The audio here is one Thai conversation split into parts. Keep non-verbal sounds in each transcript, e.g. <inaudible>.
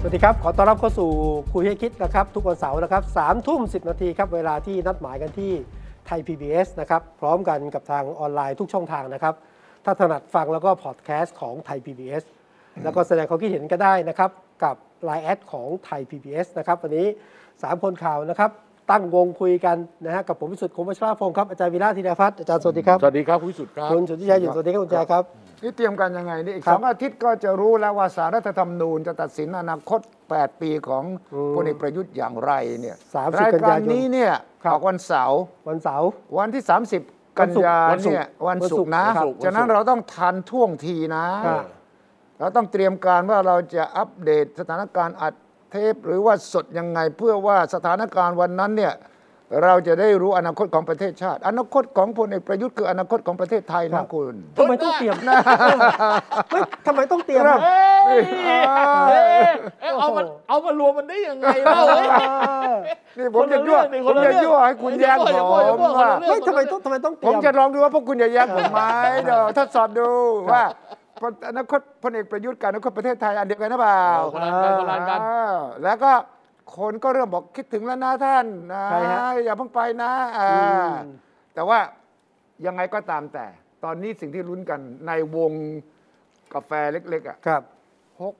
สวัสดีครับ ขอต้อนรับเข้าสู่คุยให้คิดนะครับ ทุกวันเสาร์นะครับสามทุ่มสินาทีครับ เวลาที่นัดหมายกันที่ไทย PBS นะครับ พร้อมกันกับทางออนไลน์ทุกช่องทางนะครับ ถ้าถนัดฟังแล้วก็พอดแคสต์ของไทย PBS แล้วก็แสดงความคิดเห็นก็ได้นะครับ กับ l ล n e แอดของไทย PBS นะครับ วันนี้ 3 คนข่าวนะครับ ตั้งวงคุยกันนะฮะกับผมวิสุทธิ์คมวัชราพงศ์ครับอาจารย์วีระธีรพัฒน์อาจารย์สวัสดีครับ สวัสดีครับคุณวิสุทธิ์ครับ คุณสุทธิชัยหยุ่นสวัสดีครับคุณแจครับ นี่เตรียมการยังไงนี่อีก ครับ สองอาทิตย์ก็จะรู้แล้วว่าสารรัฐธรรมนูญจะตัดสินอนาคต 8 ปีของพลเอกประยุทธ์อย่างไรเนี่ย 30 ราย กักายนาร ยน นี้เนี่ย ครับ ออกวันเสาร์ วันเสาร์ วันที่ 30 วั กัน น ศุกร์ ยา วันศุกร์ เนี่ยวันศุกร์นะ วันศุกร์ ฉะนั้นเราต้องทันท่วงทีนะ ครับ เราต้องเตรียมการว่าเราจะอัปเดตสถานการณ์อัดเทปหรือว่าสดยังไงเพื่อว่าสถานการณ์วันนั้นเนี่ยเราจะได้รู้อนาคตของประเทศชาติ อนาคตของพลเอกประยุทธ์คืออนาคตของประเทศไทยนะคุณ ทำไมต้องเตรียมนะไม่ทำไมต้องเตรียมอะ เอ้ยเอ้ยเอ้ยเอามัน โอ้โห เอามันรวมมันได้ยังไงเล่าเอ้ย <laughs> นี่ผมจะยั่ว คนละเรื่องนี่คนละเรื่องผมจะยั่วให้คุณแย้ง อย่า ผ พูดอย่าพูดอย่าพูดคนมว่า ละเรื่อง ไม่ทำไมต้องทำไมต้องเตรี ผ ย ม ม จะลองดูว่าพวกคุณจะแย้งผมไหมเดี๋ยวทดสอบดูว่าอนาคตพลเอกประยุทธ์กับอนาคตประเทศไทยอันเดียวกันหรือเปล่า คนละกันคนละกัน อ่าแล้วก็คนก็เริ่มบอกคิดถึงแล้วนะท่านนะ ใช่ฮะ อย่าเพิ่งไปนะอ่า อืม แต่ว่ายังไงก็ตามแต่ ตอนนี้สิ่งที่ลุ้นกันในวงกาแฟเล็กๆอ่ะ ครับ หก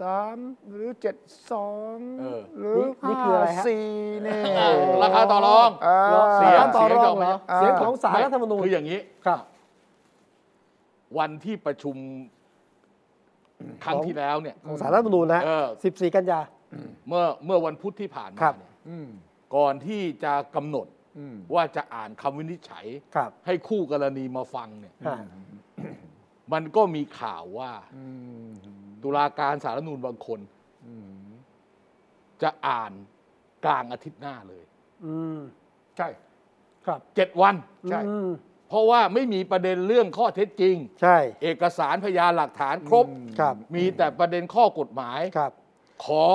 สามหรือเจ็ดสอง เออ หรือ นี่นี่คืออะไรฮะ ห้าสี่เนี่ย เออราคาต่อรอง อ่า สารต่อรองเหรอ เสี เสีย ย ง ง ข ข อ อง ง สารรัฐธรรมนูญ คืออย่างนี้ ครับ วันที่ประชุมครั้งที่แล้วเนี่ย ของสารรัฐธรรมนูญนะ เออ 14 กันยา เมื่อเมื่อวันพุธที่ผ่าน ครั มา บ เนี่ย อืม ก่อนที่จะกำหนด อืม ว่าจะอ่านคำวินิจฉัย ครับ ให้คู่กรณีมาฟังเนี่ย อ่า มันก็มีข่าวว่า อืม ตุลาการสารรัฐธรรมนูญบางคน อืม จะอ่านกลางอาทิตย์หน้าเลย อืม ใช่ ครับ เจ็ดวัน ใช่ อืม เพราะว่าไม่มีประเด็นเรื่องข้อเท็จจริง ใช่ เอกสารพยานหลักฐานครบ ครับ มีแต่ประเด็นข้อกฎหมาย ครับ ขอ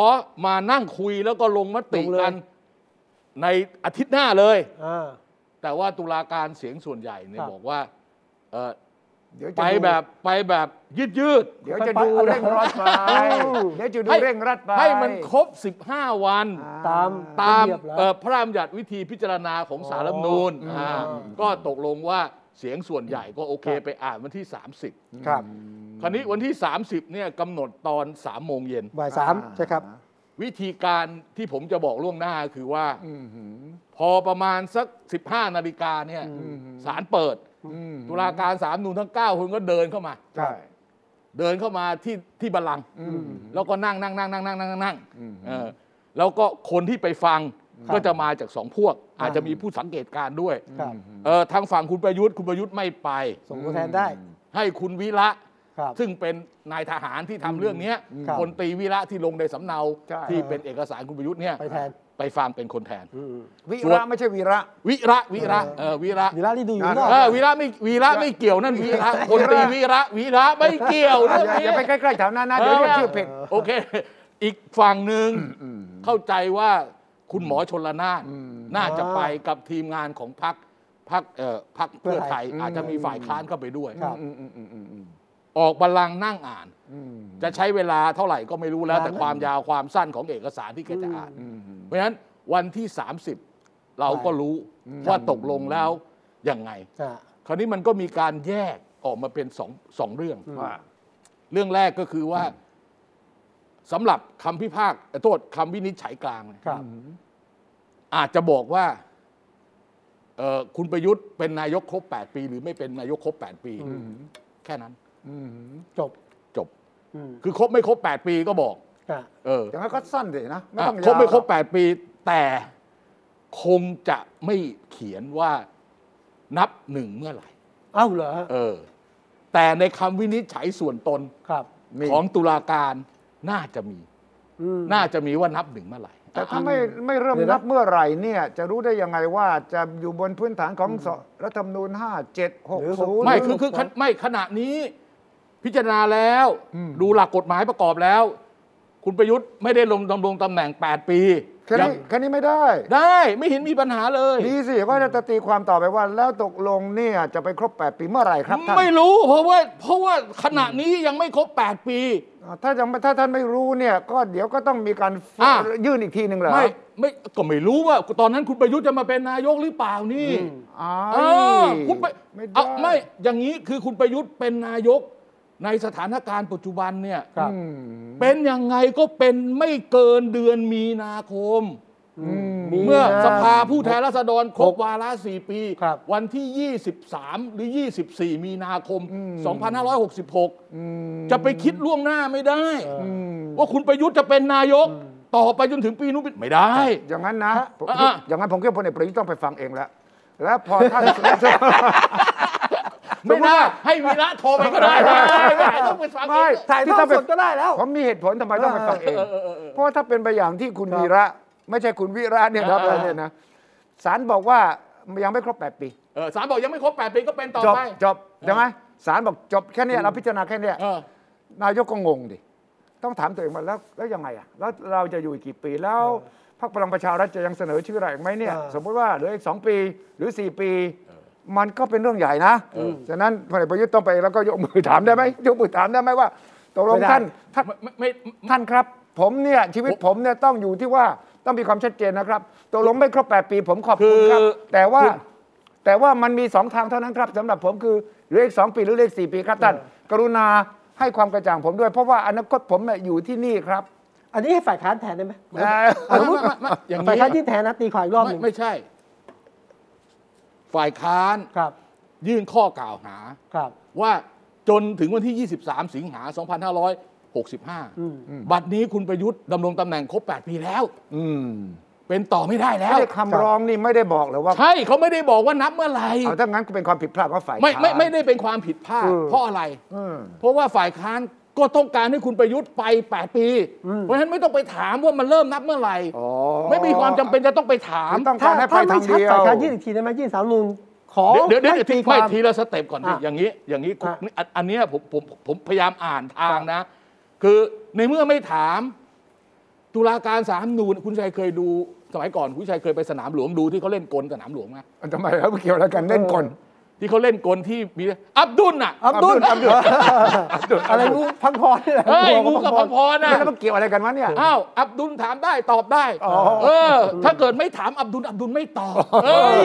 มานั่งคุยแล้วก็ลงมติ ลงเลย กัน ในอาทิตย์หน้าเลย อ่า แต่ว่าตุลาการเสียงส่วนใหญ่เนี่ย ครับ บอกว่าเอ่อ เดี๋ยวจะ ไป ดู แบบไปแบบยืดยืด เดี๋ยวจะดูเร่งรัดไปเดี๋ยวจะดู ให้ เร่งรัดไป ให้มันครบ 15 วัน อ่ ตาม ตาม ระเบียบเหรอ เอ่อพระราชบัญญัติวิธีพิจารณาของสารรัฐธรรมนูญ อ๋ออ่ า อืม ก็ตกลงว่าเสียงส่วนใหญ่ก็โอเคไปอ่านวันที่ 30 ครับ คราวนี้วันที่ 30เนี่ยกำหนดตอน3โมงเย็น บ่ายสามใช่ครับ วิธีการที่ผมจะบอกล่วงหน้าคือว่า อืมหืม พอประมาณสัก 15 นาฬิกาเนี่ยศาลเปิด อืม ตุลาการสามนูนทั้ง 9 คนก็เดินเข้ามา ใช่ เดินเข้ามาที่ที่บัลลังก์ อืม แล้วก็นั่งนั่งนั่งนั่งนั่งนั่งนั่ง อืม เออแล้วก็คนที่ไปฟังก็จะมาจากสองพวก อาจจะมีผู้สังเกตการณ์ด้วย ครับ เออทางฝั่งคุณประยุทธ์คุณประยุทธ์ไม่ไป ส่งตัวแทนได้ ให้คุณวิระ ครับ ซึ่งเป็นนายทหารที่ทำเรื่องเนี้ย ครับ คนตรีวิระที่ลงในสำเนา ใช่ ที่เป็นเอกสารคุณประยุทธ์เนี่ย ไปแทน ไปฟังเป็นคนแทน อืม วิระไม่ใช่วีระ วิระวิระเออวิระ วีระนี่ดูอยู่นอก เออวิระไม่วีระไม่เกี่ยวนั่นวิ <laughs> ระคนตรีวิระวิระไม่เกี่ยวเรื่อง อย่า นี้ ไปใกล้ๆแถวนั้นนะเดี๋ยวเรียกชื่อผิด โอเค อีกฝั่งหนึ่งเข้าใจว่าคุณหมอชนละนานน่าจะไปกับทีมงานของพรรคพรรคเอ่อพรรคเพื่อไทยอาจจะมีฝ่ายค้านเข้าไปด้วย ครับ อืมอืมอืมอืมอืม ออกบัลลังก์นั่งอ่าน อืม จะใช้เวลาเท่าไหร่ก็ไม่รู้แล้ว นานไหม แต่ความยาวความสั้นของเอกสารที่แกจะอ่าน อืมอืม เพราะฉะนั้นวันที่ 30 เราก็รู้ว่าตกลงแล้วยังไง อ่า คราวนี้มันก็มีการแยกออกมาเป็นสองสองเรื่อง ว่า เรื่องแรกก็คือว่าสำหรับคำพิพากษาโทษคำวินิจฉัยกลางเนี่ย ครับ อาจจะบอกว่าเอ่อคุณประยุทธ์เป็นนายกครบ 8 ปี หรือไม่เป็นนายกครบ 8 ปี แค่นั้น อืม จบ จบ อืม คือครบไม่ครบ 8 ปีก็บอก อ่า เออ อย่างนั้นก็สั้นสินะไม่ อ่ะ ต้องยาว ครบไม่ครบ หอก 8 ปี แต่คงจะไม่เขียนว่านับหนึ่งเมื่อไหร่ เอ้าเหรอฮะ เออ แต่ในคำวินิจฉัยส่วนตน ครับ มี ของตุลาการน่าจะมี อื อืม น่าจะมีว่านับหนึ่งเมื่อไหร่ แต่ถ้าไม่ไม่เริ่ม เดี๋ยวนะ นับเมื่อไหร่เนี่ย จะรู้ได้ยังไงว่าจะอยู่บนพื้นฐานของสรัฐธรรมนูญ5 7 หรือ 6 0 ไม่คือคือคือไม่ขณะนี้พิจารณาแล้ว อืม ดูหลักกฎหมายประกอบแล้ว คุณประยุทธ์ไม่ได้ลงดำรงตำแหน่ง 8 ปี แค่ ยัง นี้แค่นี้ไม่ได้ ได้ไม่เห็นมีปัญหาเลย ดีสิก็จะตีความต่อไปว่า แล้วตกลงเนี่ยจะไปครบ 8 ปีเมื่อไหร่ครับท่าน ไม่รู้เพราะว่าเพราะว่าขณะนี้ยังไม่ครบ 8 ปี อ่าถ้ายังไม่ถ้าท่านไม่รู้เนี่ยก็เดี๋ยวก็ต้องมีการ อ่ะ ยื่นอีกทีหนึ่งเหรอ ไม่ไม่ก็ไม่รู้ว่า ตอนนั้นคุณประยุทธ์จะมาเป็นนายกหรือเปล่านี่ อ้า เออคุณไป ไม่ได้ เอาไม่อย่างนี้คือคุณประยุทธ์เป็นนายกในสถานการณ์ปัจจุบันเนี่ย ครับ อืม เป็นยังไงก็เป็นไม่เกินเดือนมีนาคม อืม เมื่อ นะ สภาผู้แทนราษฎรครบวาระ4ปี ครับ วันที่ 23 หรือ 24 มีนาคม อืม 2566 อืม จะไปคิดล่วงหน้าไม่ได้ เออ อืม ว่าคุณประยุทธ์จะเป็นนายก ต่อไปจนถึงปีนู้นไม่ได้ อย่างนั้นนะผม อ่ะอ่ะ อย่างนั้นผมคิดว่าพลเอกประยุทธ์ต้องไปฟังเองแล้วแล้วพอท่าน ไม่น่าให้วีระโทรไปก็ได้ไม่ไม่ต้องไปฟัง ไม่ เอง ถ่ายทอดสดก็ได้แล้ว ผมมีเหตุผลทำไมต้องไปฟังเอง เออเออเออเออ เพราะว่าถ้าเป็นไปอย่างที่คุณ ครับ วีระ ไม่ใช่คุณวิระเนี่ยครับ เออเออ เนี่ยนะศาลบอกว่ายังไม่ครบ 8 ปี เออสารบอกยังไม่ครบ 8 ปีก็เป็นต่อ จบ ไป จบใช่ไหมศาลบอกจบแค่เนี้ยเราพิจารณาแค่เนี้ย เออน ายกก็งงดิ ต้องถามตัวเองว่าแล้วแล้วยังไงอ่ะแล้วเราจะอยู่อีกกี่ปีแล้วพรรคพลังประชารัฐจะยังเสนอชื่ออะไรอีกไหมเนี่ย เออ สมมติว่าเหลืออีกสองปีหรือสี่ปี มันก็เป็นเรื่องใหญ่นะฉะนั้นพลเอกประยุทธ์ต้องไปแล้วก็ยกมือถามได้ไหมยกมือถามได้ไหมว่าตกลงท่านท่าน ไม่ไม่ไม่ ท่านครับ ผมเนี่ยชีวิตผมเนี่ยต้องอยู่ที่ว่าต้องมีความชัดเจนนะครับตกลงไม่ครบ 8 ปี ผมขอบคุณครับ คือ แต่ว่า คือ แต่ว่ามันมี 2 ทางเท่านั้นครับสำหรับผมคือเหลืออีก 2 ปีหรือเหลืออีก 4 ปีครับท่าน กรุณาให้ความกระจ่างผมด้วย เพราะว่าอนาคตผมเนี่ยอยู่ที่นี่ครับ อันนี้ให้ฝ่ายค้านแทนได้ไหม เอ่อ ไม่ไม่ไม่ไม่อย่าง ฝ่าย นี้ ค้านที่แทนนะตีความอีกรอบห ไม่ นึ่ง ไม่ใช่ ฝ่ายค้าน ครับ ยื่นข้อกล่าวหา ครับ ว่าจนถึงวันที่ 23 สิงหา อืม 2565 บัดนี้คุณประยุทธ์ดำรงตำแหน่งครบ 8 ปีแล้ว อืม เป็นต่อไม่ได้แล้ ไม่ ว ได้คำร้องนี่ไม่ได้บอกเลยว่า ใช่เขาไม่ได้บอกว่านับเมื่อไหร่ เอาถ้างั้นก็เป็นความผิดพลาดของฝ่าย ไม่ไม่ ค้าน ไม่ได้เป็นความผิดพลาด อืม เพราะอะไร อืม เพราะว่าฝ่ายค้านก็ต้องการให้คุณประยุทธ์ไป 8 ปี เพราะฉะนั้นไม่ต้องไปถามว่ามันเริ่มนับเมื่อไหร่ อ๋อ ไม่มีความจำเป็นจะต้องไปถาม คือต้อง ถ้า การให้ถ้าไม่ไปทาง ชัด เดียว ฝ่ายค้านยื่นอีกทีได้ไหมยื่นสารนูนขอ เดี๋ยวเดี๋ยวเดี๋ยว ให้ ที ควา ไม่ ม ทีละสเต็ปก่อนดิ อ่ะ อย่างนี้ อย่างนี้คุณ อ่ะ นี่อันอันเนี้ยผมผมผมพยายามอ่านทางนะ คือในเมื่อไม่ถาม ตุลาการสามนูนคุณชัยเคยดูสมัยก่อนคุณชัยเคยไปสนามหลวงดูที่เขาเล่นกลสนามหลวงไหม ทำไมครับเกี่ยวอะไรกันเล่นกล ที่เขาเล่นกลที่มีอับดุลน่ะ อับดุลอะไรงูพังพรนี่แหละ เอ้ยงูกับพงพรน่ะ แล้วมันเกี่ยวอะไรกันวะเนี่ย อ้าวอับดุลถามได้ตอบได้ อ๋อ เออ ถ้าเกิดไม่ถามอับดุลอับดุลไม่ตอบเอ้ย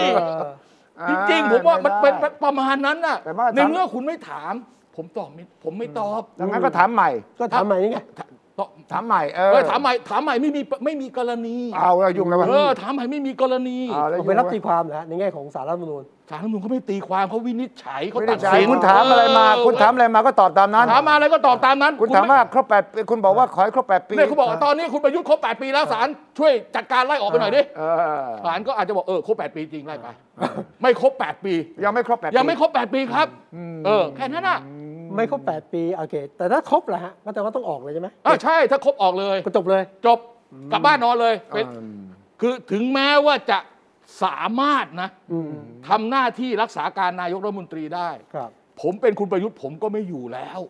เออ จริงๆ ผมว่ามันเป็น ไได้ ประมาณนั้นน่ะ แต่ว่า ในเมื่อคุณไม่ถาม ผมตอบไม่ผมไม่ตอบ ดังนั้นก็ถามใหม่ ก็ทำใหม่นี่ไง ถตอบ ถามใหม่เออ เออถามใหม่ถามใหม่ไม่มีไม่มีกรณี เอาแล้วยุ่งแล้ววะ เออถามใหม่ไม่มีกรณี เอาแล้ว ผม ยุ่ง ไป แล้ว รับตีความนะฮะในแง่ของสารรัฐธรรมนูญ ศาลรัฐธรรมนูญเขาไม่ตีความเขาวินิจฉัยเขา ไม่ ตั ได้ ด ใจ สิน คุณถามอะไรมา เ คุณถามอะไรมาก็ตอบตามนั้น ถามมาอะไรก็ตอบตามนั้น คุณถามว่าครบแปดปีคุณบอกว่าขอให้ครบแปดปี เนี่ยคุณบอกว่าตอนนี้คุณประยุทธ์ครบ8ปีแล้วศาลช่วยจัดการไล่ออกไปหน่อยดิ เออ ศาลก็อาจจะบอกเออครบ8ปีจริงไล่ไป ไม่ครบ8ปี ยังไม่ครบแปดปี ยังไม่ครบ8ปีครับเออแค่นั้นน่ะ ไม่ครบ 8 ปีโอเค แต่ถ้าครบล่ะฮะก็แต่ว่าต้องออกเลยใช่ไหม อ่ะใช่ถ้าครบออกเลย ก็จบเลย จบกลับบ้านนอนเลยเป็น อืม คือถึงแม้ว่าจะสามารถนะ อืม ทำหน้าที่รักษาการนายกรัฐมนตรีได้ ครับ ผมเป็นคุณประยุทธ์ผมก็ไม่อยู่แล้ว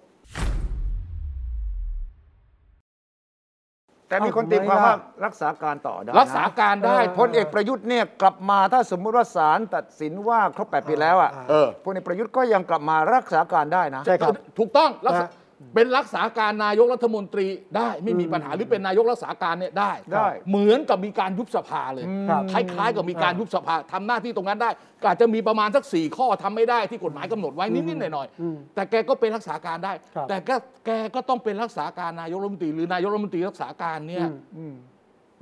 แต่มีคนตีความว่ารักษาการต่อได้นะ รักษาการได้ พลเอกประยุทธ์เนี่ยกลับมาถ้าสมมุติว่าศาลตัดสินว่าครบแปดปีแล้วอ่ะ เออ พลเอกประยุทธ์ก็ยังกลับมารักษาการได้นะ ใช่ครับ ถูกต้องรักษา ฮะ เป็นรักษาการนายกรัฐมนตรีได้ไม่มีปัญหาหรือเป็นนายกรักษาการเนี่ยได้ ได้ เหมือนกับมีการยุบสภาเลย ครับ คล้ายๆกับมีการยุบสภาทำหน้าที่ตรงนั้นได้ก็อาจจะมีประมาณสักสี่ข้อทำไม่ได้ที่กฎหมายกำหนดไว้นิดๆหน่อย อืม ๆแต่แกก็เป็นรักษาการได้ ครับ แต่ก็แกก็ต้องเป็นรักษาการนายกรัฐมนตรีหรือนายกรัฐมนตรีรักษาการเนี่ย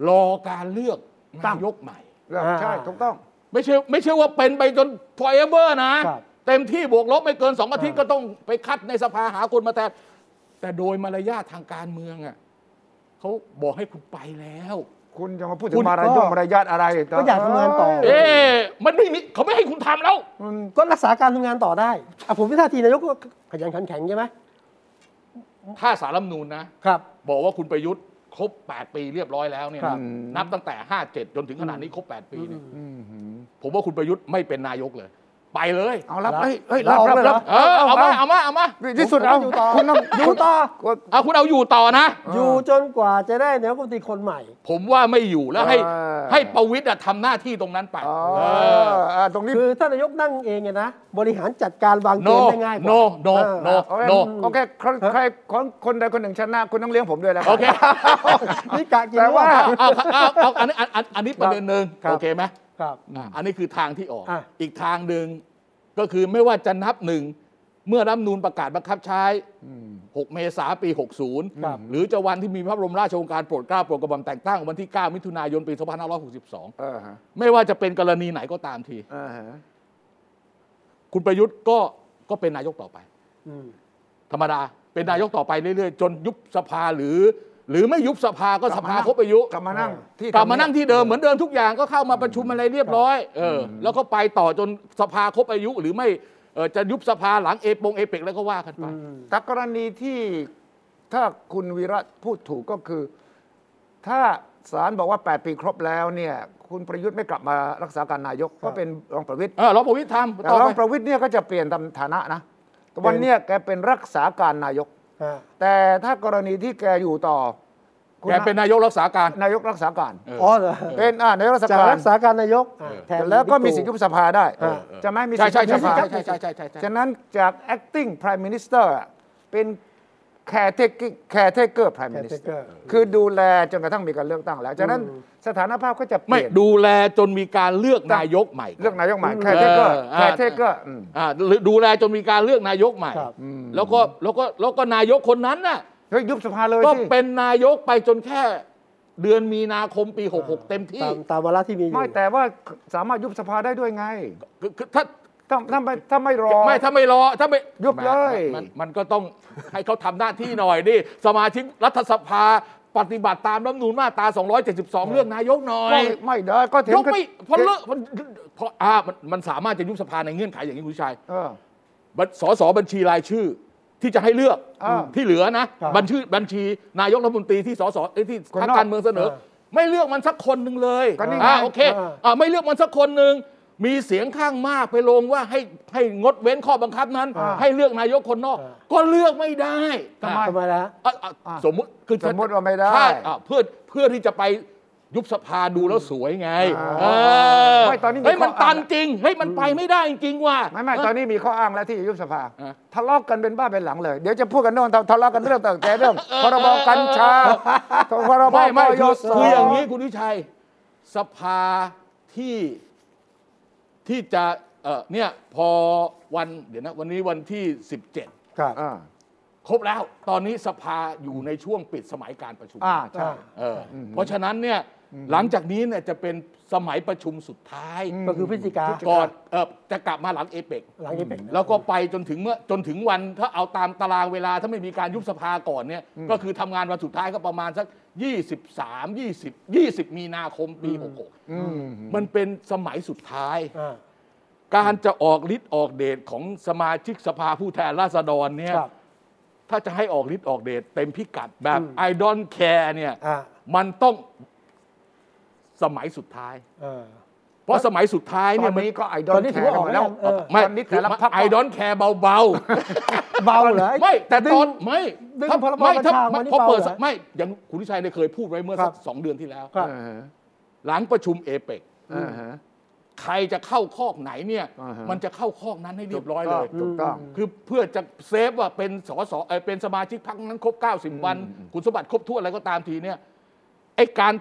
รอการเลือกนายกใหม่ อ่า ใช่ถูกต้อง ไม่ใช่ไม่ใช่ว่าเป็นไปจน forever นะ ครับ เต็มที่บวกลบไม่เกินสองอาทิตย์ก็ต้องไปคัดในสภาหาคนมาแทนแต่โดยมารยาททางการเมืองอ่ะเขาบอกให้คุณไปแล้ว คุณจะมาพูดถึง คุณ มารยาทมารยาทอะไร ก็อยากทำงานต่อ เอ๊ะมันไม่มีเขาไม่ให้คุณทำแล้ว ก็รักษาการทำงานต่อได้อ่ะผมพิธาทีนายกก็ขยันขันแข็งใช่ไหม ถ้าสารรัฐธรรมนูญนะ ครับ บอกว่าคุณประยุทธ์ ครบ 8 ปีเรียบร้อยแล้วเนี่ย ครั นะ บ นับตั้งแต่ 57 จนถึงขนาดนี้ครบ 8 ปีเนี่ย อืมหืม ผมว่าคุณประยุทธ์ไม่เป็นนายกเลย ไปเลย เอารับ รับ เฮ้ยเฮ้ย รั รั บบ รับ เลยเหร รั อ บ เออเอามาเอามาเอามา ที่สุดเอา ผมจะอยู่ต่อ คุณต้อง อยู่ต่อ คุณ เอาคุณเอาอยู่ต่อนะ อยู่จนกว่าจะได้นายกรัฐมนตรีคนใหม่ ผมว่าไม่อยู่แล้วให้ เออ ให้ประวิตยอะทำหน้าที่ตรงนั้นไป อ๋อ เออ อ่าตรงนี้ คือท่านนายกนั่งเองไงนะ บริหารจัดการวางเก no มได้ง่ายกว่า no no เอ no อ เอาแค่ no เอาแค่คนใครคนคนใดคนหนึ่งชนะคุณต้องเลี้ยงผมด้วยนะรับ โอเค นี่กะกิน แต่ว่า หรือเปล่ เอาเอาเอาเอาอันนี้อันอันอันนี้ประเด็นหนึ่ง ครับ โอเคไหม ครับ อ่ะอันนี้คือทางที่ออก อ่ะ อีกทางหนึ่งก็คือไม่ว่าจะนับหนึ่งเมื่อรัฐธรรมนูญประกาศบังคับใช้ 6 เมษายนปี ครับ 60 หรือจะวันที่มีพระบรมราชโองการโปรดเกล้าโปรดกระหม่อมแต่งตั้งวันที่ 9 มิถุนายนปี 2562 เออฮะ ไม่ว่าจะเป็นกรณีไหนก็ตามที เออฮะ คุณประยุทธ์ก็ก็เป็นนายกต่อไป อืม ธรรมดา เป็นนายกต่อไปเรื่อยๆ จนยุบสภาหรือ หรือไม่ยุบสภาก็สภาครบอายุ กลับมานั่งที่ กลับมานั่งที่เดิมเหมือนเดิมทุกอย่างก็เข้ามาประชุมอะไรเรียบร้อย เออ แล้วก็ไปต่อจนสภาครบอายุหรือไม่เอ่อจะยุบสภาหลังเอปงเอเปกแล้วก็ว่ากันไป แต่กรณีที่ถ้าคุณวีระพูดถูกก็คือ ถ้าศาลบอกว่า 8 ปีครบแล้วเนี่ย คุณประยุทธ์ไม่กลับมารักษาการนายก ครั ก็ บ เป็นรองประวิตย เออรองประวิตรทำ แต่ ต่อ ร ไป องประวิตยเนี่ยก็จะเปลี่ยนตำฐานะนะแต่วันเนี้ยแกเป็นรักษาการนายก ฮะ แต่ถ้ากรณีที่แกอยู่ต่อคุณ แกเป็นนายกรักษาการ นายกรักษาการ เออ อ๋อเหรอ เป็นอ่านายกรักษา จาก การ รักษาการนายกอ่ะ เออ ทน แล้วก็มี บิ๊ สิทธิ์ ตู่ ยุบสภาได้ เออ จะไหม่มี ใช่ สิทธิ์ ใช่ ยุบ ใช่ สภา ใช่ใช่ใช่ใช่ใช่ใช่ ฉะนั้นจาก acting prime minister อะเป็น caretaking caretaker prime minister caretaker คือดูแลจนกระทั่งมีการเลือกตั้งแล้ว ฉะนั้น อืม สถานภาพก็จะเป ไม่ ลี่ยน ดูแลจนมีการเลือกนายกใหม่ เลือกนายกใหม่ caretaker เอออ่า caretaker อืม อ่าหรือดูแลจนมีการเลือกนายกใหม่ ครับ แล้วก็แล้วก็แล้วก็นายกคนนั้นน่ะ เฮ้ยยุบสภาเลย ก็ สิ เป็นนายกไปจนแค่เดือนมีนาคมปี 66 เต็มที่ ตามตามวาระที่มีอยู่ ไม่แต่ว่าสามารถยุบสภาได้ด้วยไง คือคือถ้า ถ้าถ้าไม่ถ้าไม่รอ ไม่ถ้าไม่รอถ้าไม่ ยกเลย มันมันก็ต้อง ให้เขาทำหน้าที่หน่อยดิสมาชิกรัฐสภาปฏิบัติตามรัฐธรรมนูญมาตรา 272 เรื่องนายกหน่อ ก็ ย ไม่ได้ก็ถึง ยกไม่เพอเลิกมันเพราะอ่ามันมันสามารถจะยุบสภาในเงื่อนไขอย่างนี้คุณชัย เออ บัญสสบัญชีรายชื่อ ที่จะให้เลือก อ่า ที่เหลือนะ ครับ บัญชีบัญชีนายกรัฐมนตรีที่สสเอ้ยที่ คน พรร น ค อก การเมืองเสนอ เออ ไม่เลือกมันสักคนหนึ่งเลย ก็นี่ไง อ่าโอเค อ่า อ่าไม่เลือกมันสักคนหนึ่งมีเสียงข้างมากไปลงว่าให้ให้งดเว้นข้อบังคับนั้น อ่า ให้เลือกนายกคนนอก อ่า ก็เลือกไม่ได้ ทำไม ทำไมล่ะฮะ อ่ะอ่ะ อ่า สมมุติคือ สมมุติว่าไม่ได้ ถ้อ่ะเพื่อเพื่อที่จะไปยุบสภาดูแล้วสวยไง เออ ไม่ตอนนี้มี เฮ้ยมัน ข้ออ้า ตั ง นจริงเฮ้ยมันไปไม่ได้จริงว่ะ ไม่ไม่ตอนนี้มีข้ออ้างแล้วที่จะยุบสภา เออ ทะเลาะกันเป็นบ้าเป็นหลังเลย เดี๋ยวจะพูดกันโน่นทะทะเลาะกันเรื่องต่างแต่เรื่องพรบกัญชาพรบ ไม่ไม่คืปย อ ศ คืออย่างนี้คุณวิชัย สภาที่ที่จะเออเนี่ยพอวันเดี๋ยวนะวันนี้วันที่ 17 ครับ อ่า ครบแล้ว ตอนนี้สภาอยู่ในช่วงปิดสมัยการประชุม อ่าใช่ อ่า เอออเพราะฉะนั้นเนี่ยหลังจากนี้เนี่ยจะเป็นสมัยประชุมสุดท้าย ก็คือพฤศจิกา ก่อนเออจะกลับมาหลังเอเปก หลังนี้เป็น แล้วก็ไปจนถึงเมื่อจนถึงวันถ้าเอาตามตารางเวลาถ้าไม่มีการยุบสภาก่อนเนี่ยก็คือทำงานวันสุดท้ายก็ประมาณสัก 23 20 20 มีนาคมปี 66 มันเป็นสมัยสุดท้าย อ่า การจะออกฤทธิ์ออกเดชของสมาชิกสภาผู้แทนราษฎรเนี่ย ครับ ถ้าจะให้ออกฤทธิ์ออกเดชเต็มพิกัดแบบ อืม I don't care เนี่ย อ่า มันต้องสมัยสุดท้าย อ่า เพราะสมัยสุดท้าย ต เนี่ อย น มัน นี้ก็ไอด ต อ อน น นี้ แค ถือ ร์ ว่าออก ไป หรือ แล้ ยั ว งเออ ไม่ ตอนนี้แต่ละพัก ไอดอนแคร์เบาๆ เบาเหรอ ไม่แต่ ดึ ต ง อนไม่ ดึง ถ้า พรบ ไม่กัถ้าญชาออกมานี่ พอเปิด เบาเหรอ ไม่อย่างคุณทิชัยเนี่ยเคยพูดไว้เมื่อ ครั สั บ กสองเดือนที่แล้ว ครับ อ่าฮะ หลังประชุมเอเปก อ่าฮะ ใครจะเข้าคอกไหนเนี่ย อ่าฮะ มันจะเข้าคอกนั้นให้เรียบร้อยเลย ถูกต้อง คือเพื่อจะเซฟว่าเป็นสสเอ่อเป็นสมาชิกพรรคนั้นครบ 90 วัน คุณสมบัติครบถ้วนอะไรก็ตามทีเนี่ยไอ้การ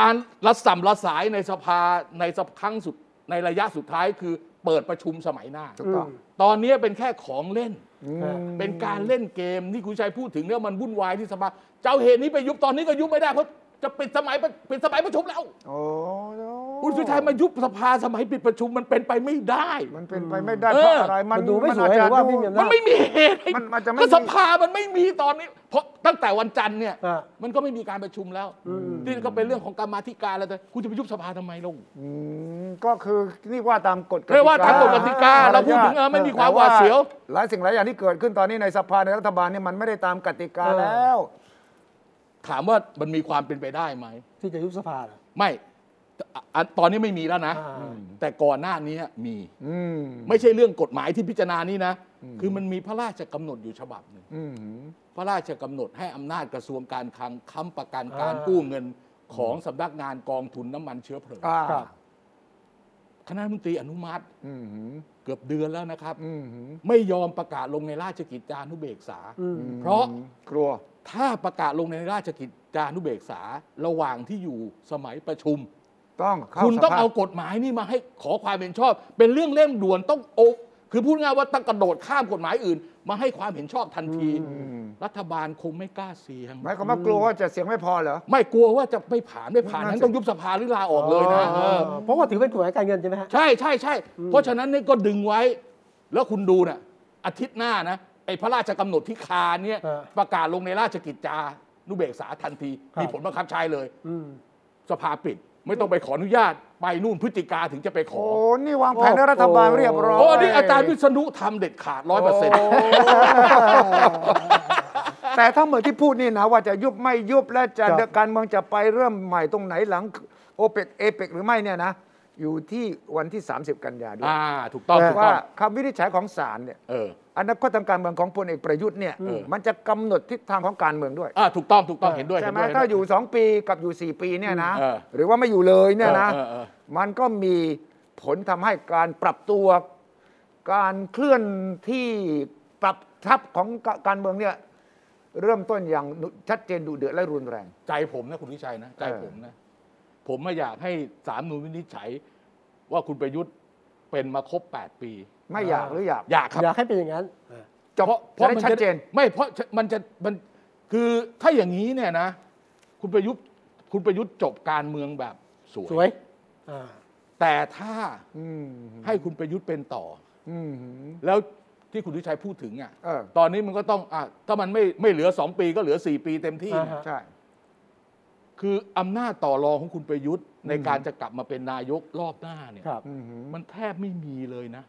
การระส่ำระสายในสภาในสักครั้งสุดในระยะสุดท้ายคือเปิดประชุมสมัยหน้า ถูกต้อง ตอนนี้เป็นแค่ของเล่น อืม เป็นการเล่นเกมที่คุณชัยพูดถึงเนี่ยมันวุ่นวายที่สภาเจ้าเหตุนี้ไปยุบตอนนี้ก็ยุบไม่ได้เพราะจะปิดสมัยปิดสมัยประชุมแล้ว โอ้โห คุณสุชัยมายุบสภาสมัยปิดประชุมมันเป็นไปไม่ได้ มันเป็นไปไม่ได้ เออ เพราะอะไร มัน มันดูไม่สวย นจ หรือว่า ดู พี่เหมียว มันไม่มีเหตุ มันมันจะไม่มี ก็สภามันไม่มีตอนนี้ เพราะตั้งแต่วันจันทร์เนี่ย อ่า มันก็ไม่มีการประชุมแล้ว อืม นี่ก็เป็นเรื่องของกรรมาธิการแล้วแต่คุณจะไปยุบสภาทำไมลง อืมก็คือนี่ว่าตามกฎกติกา เรียกว่าตามกฎกติกาเราพูดถึงเออไม่มีความหวาดเสียว แต่หลายสิ่งหลายอย่างที่เกิดขึ้นตอนนี้ในสภาในรัฐบาลเนี่ยมันไม่ได้ตามกติกา เออ แล้ว ถามว่ามันมีความเป็นไปได้ไหม ที่จะยุบสภาเหรอ ไม่อ่ะอ่ะตอนนี้ไม่มีแล้วนะ อ่า แต่ก่อนหน้านี้มี อืม ไม่ใช่เรื่องกฎหมายที่พิจารณานี่นะ คือมันมีพระราชกำหนดอยู่ฉบับหนึ่ง อืม พระราชกำหนดให้อำนาจกระทรวงการคลังค้ำประกันการกู้เงินของสำนักงานกองทุนน้ำมันเชื้อเพลิง อ่า ครับ คณะรัฐมนตรีอนุมัติ อืม เกือบเดือนแล้วนะครับ อืม ไม่ยอมประกาศลงในราชกิจจานุเบกษา อืม เพราะ กลัว ถ้าประกาศลงในราชกิจจานุเบกษา ระหว่างที่อยู่สมัยประชุม ต้องข้ คุณต้อง สภ เอากฎหมายนี่มาให้ขอความเห็นชอบ เป็นเรื่องเร่งด่วนต้องโอกคือพูดง่ายว่าต้องกระโดดข้ามกฎหมายอื่น มาให้ความเห็นชอบทันที อืม รัฐบาลคงไม่กล้าเสียง หมายความว่ากลัวว่าจะเสียงไม่พอเหรอ ไม่กลัวว่าจะไม่ผ่านไม่ผ่าน นั่น นั้น สิ ต้องยุบสภาหรือลาออกเลยนะเออ เพราะว่าถือเป็นกฎหมายการเงินใช่ไหมฮะ ใช่ใช่ใช่เพราะฉะนั้นเนี่ยก็ดึงไว้ แล้วคุณดูนะอาทิตย์หน้านะไอ้พระราชกำหนดที่คาเนี่ย เออ ประกาศลงในราชกิจจานุเบกษาทันที ครับ มีผลบังคับใช้เลย อืม สภาปิด ไม่ต้องไปขออนุญาต ไปนู่นพฤติกาถึงจะไปขอ โอ้นี่วางแผนให้รัฐบาลเรียบร้อย โอ้นี่อาจารย์วิษณุทำเด็ดขาดร้อยเปอร์เซ็นต์ แต่ทั้งหมดที่พูดนี่นะว่าจะยุบไม่ยุบและจะ ครับ การเมืองจะไปเริ่มใหม่ตรงไหนหลังโอเปกเอเปกหรือไม่เนี่ยนะ อยู่ที่วันที่ 30 กันยายน อ่า ถูกต้องถูกต้ ว่า อง คำวินิจฉัยของศาลเนี่ย เออ อนาคตทางการเมืองของพลเอกประยุทธ์เนี่ย เออ มันจะกำหนดทิศทางของการเมืองด้วย อ่าถูกต้องถูกต้องเห็นด้วย ใช่ เห็น ไหม ด้วยเห็น ถ้า ด้วย อยู่ 2 ปีกับอยู่ 4 ปีเนี่ยนะ เออ หรือว่าไม่อยู่เลยเนี่ยนะ เออเออเออ มันก็มีผลทำให้การปรับตัว การเคลื่อนที่ปรับทับของการเมืองเนี่ยเริ่มต้นอย่างชัดเจนดุเดือดและรุนแรง ใจผมนะคุณวิชัยนะใจ เออ ผมนะ ผมไม่อยากให้สามนูนวินิจฉัย ว่าคุณประยุทธ์เป็นมาครบ 8 ปี ไม่อยากหรืออยาก อยากครับ อยากให้เป็นอย่างนั้น จบจะได้ มั ชัดเจน ไม่เพราะมันจะมันคือถ้าอย่างนี้เนี่ยนะ คุณประยุทธ์คุณประยุทธ์จบการเมืองแบบสวย สวยอ่า แต่ถ้า อืม ให้คุณประยุทธ์เป็นต่อ อืม แล้วที่คุณวิชัยพูดถึงอ่ะ เออ ตอนนี้มันก็ต้องอ่ะถ้ามันไม่ไม่เหลือ 2 ปีก็เหลือ 4 ปีเต็มที่ อ่า นะ ฮะ ใช่ คืออำนาจต่อรองของคุณประยุทธ์ในการจะกลับมาเป็นนายกรอบหน้าเนี่ย ครับ อืมหือ มันแทบไม่มีเลยนะ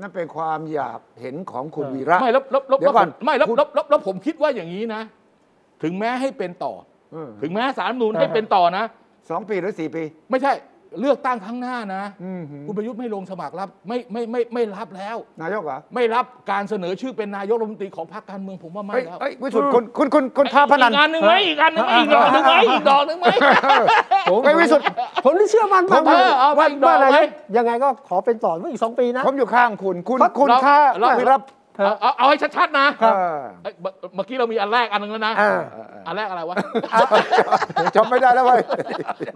นั่นเป็นความอยากเห็นของคุณ เออ วีระ ไม่แล้วแล้วแล้ว เดี๋ยวก่อน ผมไม่แล้ว คุณ แล้วแล้วแล้วผมคิดว่าอย่างนี้นะ ถึงแม้ให้เป็นต่อ เออ ถึงแม้สารรัฐธรรมนูนให้เป็นต่อนะ สองปีหรือสี่ปี ไม่ใช่เลือกตั้งครั้งหน้านะ อืมหือ คุณประยุทธ์ไม่ลงสมัครรับไม่ไม่ไม่ไม่ไม่รับแล้ว นายกเหรอ ไม่รับการเสนอชื่อเป็นนายกรัฐมนตรีของพรรคการเมืองผมว่าไม่ เอ้ย แล้ว เอ้ยวิสุทธ์คุณคุณคุณคุณพาพนัน อีกอันหนึ่งไหมอีกอันหนึ่งไหมอีกดอกหนึ่งไหมอีกดอกหนึ่งไหม เอ้ยวิสุทธ์ ผมนี่เชื่อมัผมนาก ม ว่า เออเอาไป ว่าว่าอะไร ดอกไว้ นะยังไงก็ขอเป็นต่อเมื่ออีกสองปีนะ ผมอยู่ข้างคุณ คุณ ครับ คุณ เรา ท้า เรา วีระ เอาเอาเอาให้ชัดๆนะ เออ เอ้ยเมื่อเมื่อกี้เรามีอันแรกอันหนึงแล้วนะ อ่า อันแรกอะไรวะ จำไม่ <laughs> ได้แล้วเว้ย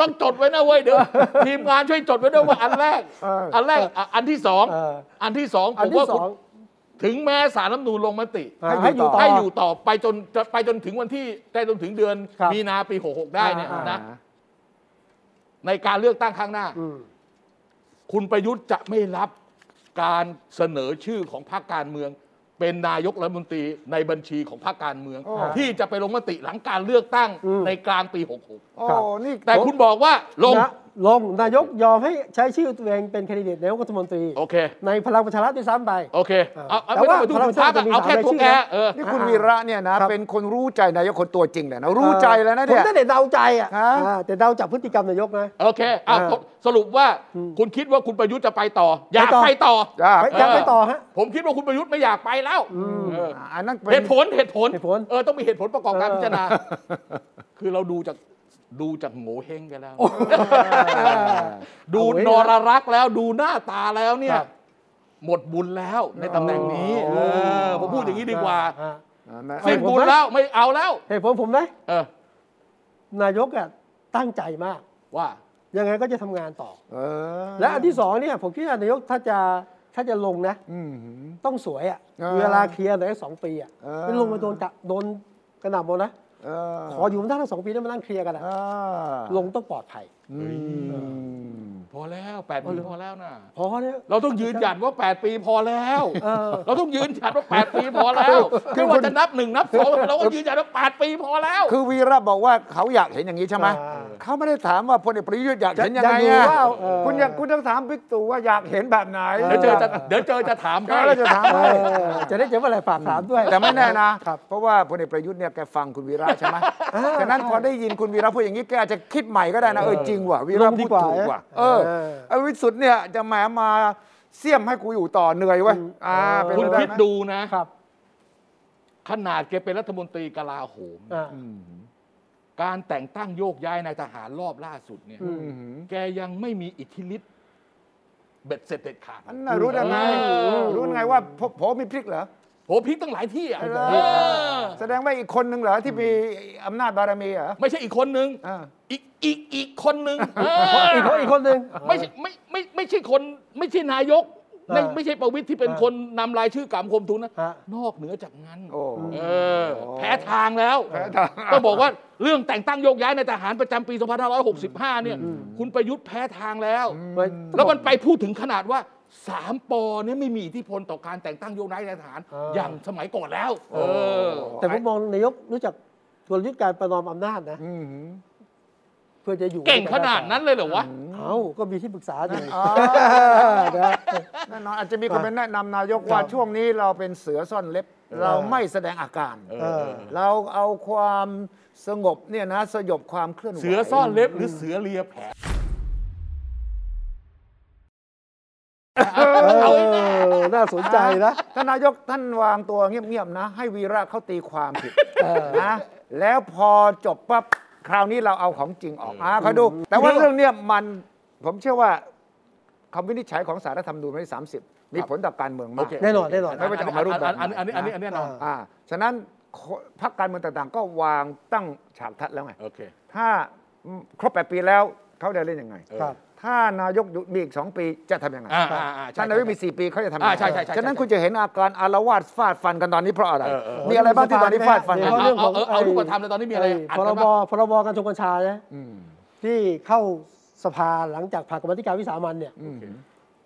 ต้องจดไว้นะเว้ยเดี๋ยวทีมงานช่วยจดไว้ด้วยว่าอันแรก เอออั อันแรกอ่ะอันที่สอง เออ อันที่สอง อันผม ที่ ว่า ส คุณ อง ถึงแม้สารรัฐธรรมนูลลงมติ อ่าให้อยู่ต่อ ให้อยู่ต่อไปจนจะไปจนถึงวันที่ได้จนถึงเดือน ครับ มีนาปี 66 ได้เนี่ย อ่า นะในการเลือกตั้งครั้งหน้า อืม คุณประยุทธ์จะไม่รับการเสนอชื่อของพรรคการเมือง เป็นนายกรัฐมนตรีในบัญชีของพรรคการเมือง โอ้ ที่จะไปลงมติหลังการเลือกตั้งในกลางปี โอ้นี่ 66 แต่คุณบอกว่าลง นะลงนายกยอมให้ใช้ชื่อตัวเองเป็นแคนดิเดตนายกรัฐมนตรี โอเค ในพลังประชารัฐด้วยซ้ำไป โอเค เอาเอา แต่ ไม่ต้อง ว่า ไปดู พลั ทุ ง กพัก ประชารัฐ เอาแค่ มีสาม ตัรายวแกชื่อนะ เออ นี่คุณวีระเนี่ยนะ เป็นคนรู้ใจนายกคนตัวจริงเลยนะ รู้ใจเลยนะเนี่ย ผมได้แต่เดาใจอ่ะ ฮะ อ่าแต่เดาจากพฤติกรรมนายกนะ โอเคเอา อ่า สรุปว่าคุณคิดว่าคุณประยุทธ์จะไปต่อ อยาก ไป ไป ต่ ต่ อ อไป เออจ้ายังไปต่อฮะ ผมคิดว่าคุณประยุทธ์ไม่อยากไปแล้วเออ อันนั้น เห เป็น ตุผลเหตุผล เหตุผล เออต้องมีเหตุผลประกอบการ เออ พิจาร <laughs> ณาคือเราดูจากดูจากโง่เฮงกันแล้ว ดูนรรักษ์แล้วดูหน้าตาแล้วเนี่ย ครับ หมดบุญแล้วในตำแหน่งนี้ อ๋อ เออผมพูดอย่างนี้ดีกว่า อ่า อ่านะ สิ สิ้นบุญแล้วไม่เอาแล้ว เหตุผลผมนะ เออน ายกอ่ะตั้งใจมาก ว่า ยังไงก็จะทำงานต่อ เออ และอันที่สองเนี่ยผมคิดว่านายกถ้าจะถ้าจะลงนะ อืมหือ ต้องสวยอ่ะ อ่า เวลาเคลียร์ไหนสองปีอ่ะ อ่า ไม่ลงมาโดนกะโดนกระหน่ำหมดนะ เออ ขออยู่มาทั้งสองปีแล้วมานั่งเคลียร์กันอะ อ่า ลงต้องปลอดภัย อืม พอแล้วแปดปีพอแล้วนะ พอเนี่ย เราต้องยืนหยัดว่า 8 ปีพอแล้ว เออ เราต้องยืนหยัดว่า 8 ปีพอแล้วไม่ว่าจะนับหนึ่งนับสองเราก็ยืนหยัดว่า 8 ปีพอแล้ว คือวีระบอกว่าเขาอยากเห็นอย่างนี้ใช่ไหม อ่า เขาไม่ได้ถามว่าพลเอกประยุทธ์อยาก จะ เห็นยังไง อยากดู อะ ว่าเอ่อ คุณอยากคุณต้องถามบิ๊กตู่ว่าอยากเห็นแบบไหน เอ เดี๋ยวเจอจะเดี๋ยวเจอจะถาม ก็ ให้ เราจะถาม เอ ให้ อจะได้เจอเมื่อไหร่ฝากถามด้วย แต่ไม่แน่นะ ครับ เพราะว่าพลเอกประยุทธ์เนี่ยแกฟังคุณวีระใช่ไหมฉะนั้นพอได้ยินคุณวีระพูดอย่างนี้แกอาจจะคิดใหม่ก็ได้นะเออจริงว่ะวีระพูดถูกว่ะเออ เออ ไอ้วิสุทธ์เนี่ยจะแหมมาเสี่ยมให้กูอยู่ต่อเหนื่อยเว้ยอ่าเป็น คุณ ไปได้ คิด ไหม ดูนะ ครับ ขนาดแกเป็นรัฐมนตรีกลาโหม อ่า การแต่งตั้งโยกย้ายนายทหารรอบล่าสุดเนี่ย อืม แกยังไม่มีอิทธิฤทธิ์เบ็ดเสร็จเด็ดขาด อันน่ะรู้ได้ไง เออ รู้ได้ไงว่าผมผมมีพริกเหรอ โหพลิกตั้งหลายที่อ่ะ เออ เออ แสดงว่าอีกคนหนึ่งเหรอที่มีอำนาจบารมีเหรอ ไม่ใช่อีกคนนึง อ่า อีกอีกอีกคนนึงเออ อีกคนอีกคนหนึ่ง ไม่ใช่ไม่ไม่ไม่ใช่คนไม่ใช่นายก ไม่ เออ ไม่ใช่ประวิทย์ที่เป็น เออ คนนำรายชื่อกามคมทุนนะ ฮะ นอกเหนือจากนั้น โอ้ เออแพ้ทางแล้ว ก็บอกว่าเรื่องแต่งตั้งโยกย้ายในทหารประจำปี 2565 เนี่ย คุณประยุทธ์แพ้ทางแล้ว เว้ย แล้วมันไปพูดถึงขนาดว่า 3ปอเนี่ยไม่มีอิทธิพลต่อการแต่งตั้งโยกย้ายในทหาร เอออ อย่างสมัยก่อนแล้ว เออ แต่ผมมองนายกรู้จักกลยุทธ์การประนอมอำนาจนะ เพื่อจะอยู่ เก่งขนาดนั้นเลยเหรอวะ เอ้าก็มีที่ปรึกษาอยู่ อ๋อ นะ แน่นอนอาจจะมีคนไปแนะนำนายกว่าช่วงนี้เราเป็นเสือซ่อนเล็บ เราไม่แสดงอาการ เออ เราเอาความสงบเนี่ยนะสยบความเคลื่อนไหว เสือซ่อนเล็บหรือเสือเลียแผล เออน่าสนใจนะ ท่านนายกท่านวางตัวเงียบๆนะ ให้วีระเขาตีความผิด เออ นะแล้วพอจบปั๊บคราวนี้เราเอาของจริงออกอ่าคอยดู แต่ว่าเรื่องเนี้ยมันผมเชื่อว่าคำวินิจฉัยของสารรัฐธรรมนูญวันที่30 มีผลต่อการเมืองมาก แน่นอนแน่นอน ไม่ว่าจะออกมารูปแบบไหน อันนี้อันนี้อันนี้แน่นอน อ่าฉะนั้นคนพรรคการเมืองต่างๆ ก็วางตั้งฉากทัดแล้วไง โอเค ถ้าครบ 8 ปีแล้วเขาจะเล่นยังไง ครับ ถ้านายกอยู่มีอีก 2 ปีจะทำยังไง อ่าอ่าอ่าใช่ ท่านนายกมี 4 ปีเขาจะทำยังไง อ่าใช่ใช่ใช่ ฉะนั้น ใช่ คุณจะเห็นอาการอารวาสฟาดฟันกันตอนนี้เพราะอะไร เออเออ มีอะไรบ้างที่ตอนนี้ฟาดฟันกัน เดี๋ยวเรื่องของ เอาเอาเอารูปธรรมเลยตอนนี้มีอะไรอัด พ กัรนบ้าง บพรบการชงกัญชานะที่เข้าสภาหลังจากผ่านกรรมธิการวิสามันเนี่ย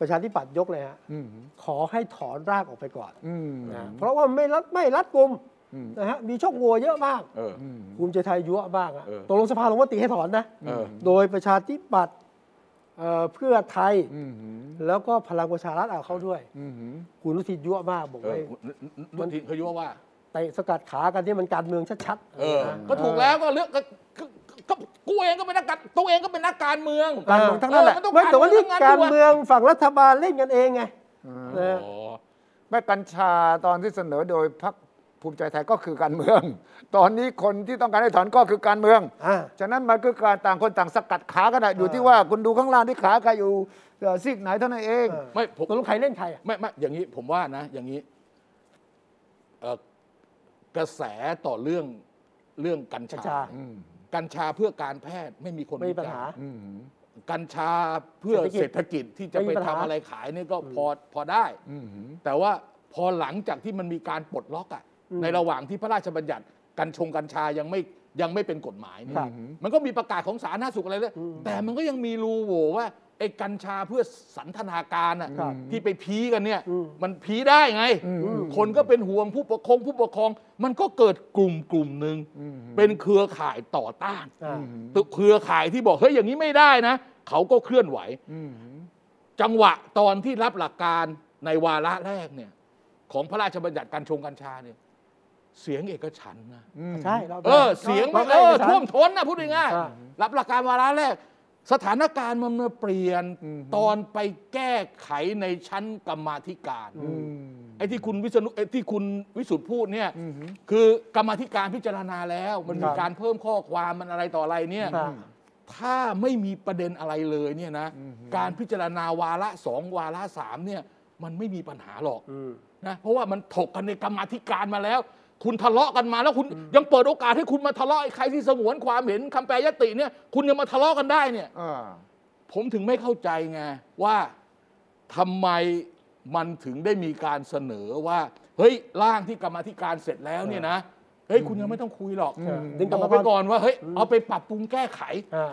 ประชาธิปัตย์ยกเลยฮะขอให้ถอนรากออกไปก่อนนะเพราะว่าไม่รัดไม่รัดกุมนะฮะมีช่องโหว่เยอะมาก เออ ภูมิใจไทยยั่วบ้างอะ เออ ตกลงสภาลงมติให้ถอนนะ เออ โดยประชาธิปัตย์เอ่อเพื่อไทย แล้วก็พลังประชารัฐเอาเข้าด้วย คุณอนุทินยั่วมากบอก เอ ว่า อนุทินเขายุว่าว่า เตะสกัดขากันนี่มันการเมืองชัดๆ เออ นะ ก็ถูกแล้วก็เลือกก็ก็ก็กูเองก็เป็นนักการตัวเองก็เป็นนักการเมือง การเมืองทั้งนั้นแหละ เออต้อง ไม่แต่ว่านี่ ทั้งนั้น การ ด้วย เมืองฝั่งรัฐบาลเล่นกันเองไงนะ อ๋อ แม่กัญชาตอนที่เสนอโดยพรรคภูมิใจไทยก็คือการเมือง ตอนนี้คนที่ต้องการให้ถอนก็คือการเมือง อ่า ฉะนั้นมันก็การต่างคนต่างสกัดขากันอะอยู่ที่ว่าคุณดูข้างล่างที่ขาใครอยู่เอ่อซีกไหนเท่านั้นเอง ไม่ผม ตกลงใครเล่นใครอ่ะ ไม่ไม่อย่างนี้ผมว่านะ อย่างนี้เอ่อกระแสต่อเรื่องเรื่องกัญ กัญ ชา ชา กัญชาเพื่อการแพทย์ไม่มีคน ไม่มีปัญหา วิจรณ์กัญชาเพื่อเศ เศ ร ร ษ ษ ฐ ฐกิ กิจ จ ที่จะ ไม่ ไป มีปัญ ทำ หา อะไรขายนี่ก็พอพอได้ แต่ว่าพอหลังจากที่มันมีการปลดล็อกอะในระหว่างที่พระราชบัญญัติกัญชงกัญชายังไม่ยังไม่เป็นกฎหมายเนี่ย ครับ มันก็มีประกาศของสาธารณสุขอะไรเลยแต่มันก็ยังมีรูโหว่ว่าไอ้กัญชาเพื่อสันทนาการอะ ครับ ที่ไปพีกันเนี่ย อืม มันพีได้ไง คนก็เป็นห่วงผู้ปกครองผู้ปกครอง มันก็เกิดกลุ่มกลุ่มหนึ่งเป็นเครือข่ายต่อต้าน อ่า ตึกเครือข่ายที่บอกเฮ้ยอย่างนี้ไม่ได้นะ เขาก็เคลื่อนไหว จังหวะตอนที่รับหลักการในวาระแรกเนี่ย ของพระราชบัญญัติการชงกัญชาเนี่ย เสียงเอกฉันท์นะ ใช่รา เออ เสียง รา มันเออ รา ท่วมท้นนะพูดง่าย ใช่ ๆรับหลักการวาระแรก สถานการณ์มันมาเปลี่ยนตอนไปแก้ไขในชั้นกรรมาธิการ ไอ้ที่คุณวิษณุไอ้ที่คุณวิสุทธ์พูดเนี่ยคือกรรมาธิการพิจารณาแล้ว มันมี ครับ การเพิ่มข้อความมันอะไรต่ออะไรเนี่ย อ่า ถ้าไม่มีประเด็นอะไรเลยเนี่ยนะ การพิจารณาวาระสองวาระสามเนี่ย มันไม่มีปัญหาหรอก อืม นะเพราะว่ามันถกกันในกรรมาธิการมาแล้ว คุณทะเลาะกันมาแล้วคุณยังเปิดโอกาสให้คุณมาทะเลาะไอ้ใครที่สงวนความเห็นคำแปรยติเนี่ย คุณยังมาทะเลาะกันได้เนี่ย ผมถึงไม่เข้าใจไงว่าทำไมมันถึงได้มีการเสนอว่า เฮ้ยร่างที่กรรมาธิการเสร็จแล้วเนี่ยนะเฮ้ยคุณยังไม่ต้องคุยหรอก อืม บอกไปก่อนว่าเฮ้ยเอาไปปรับปรุงแก้ไข อ่า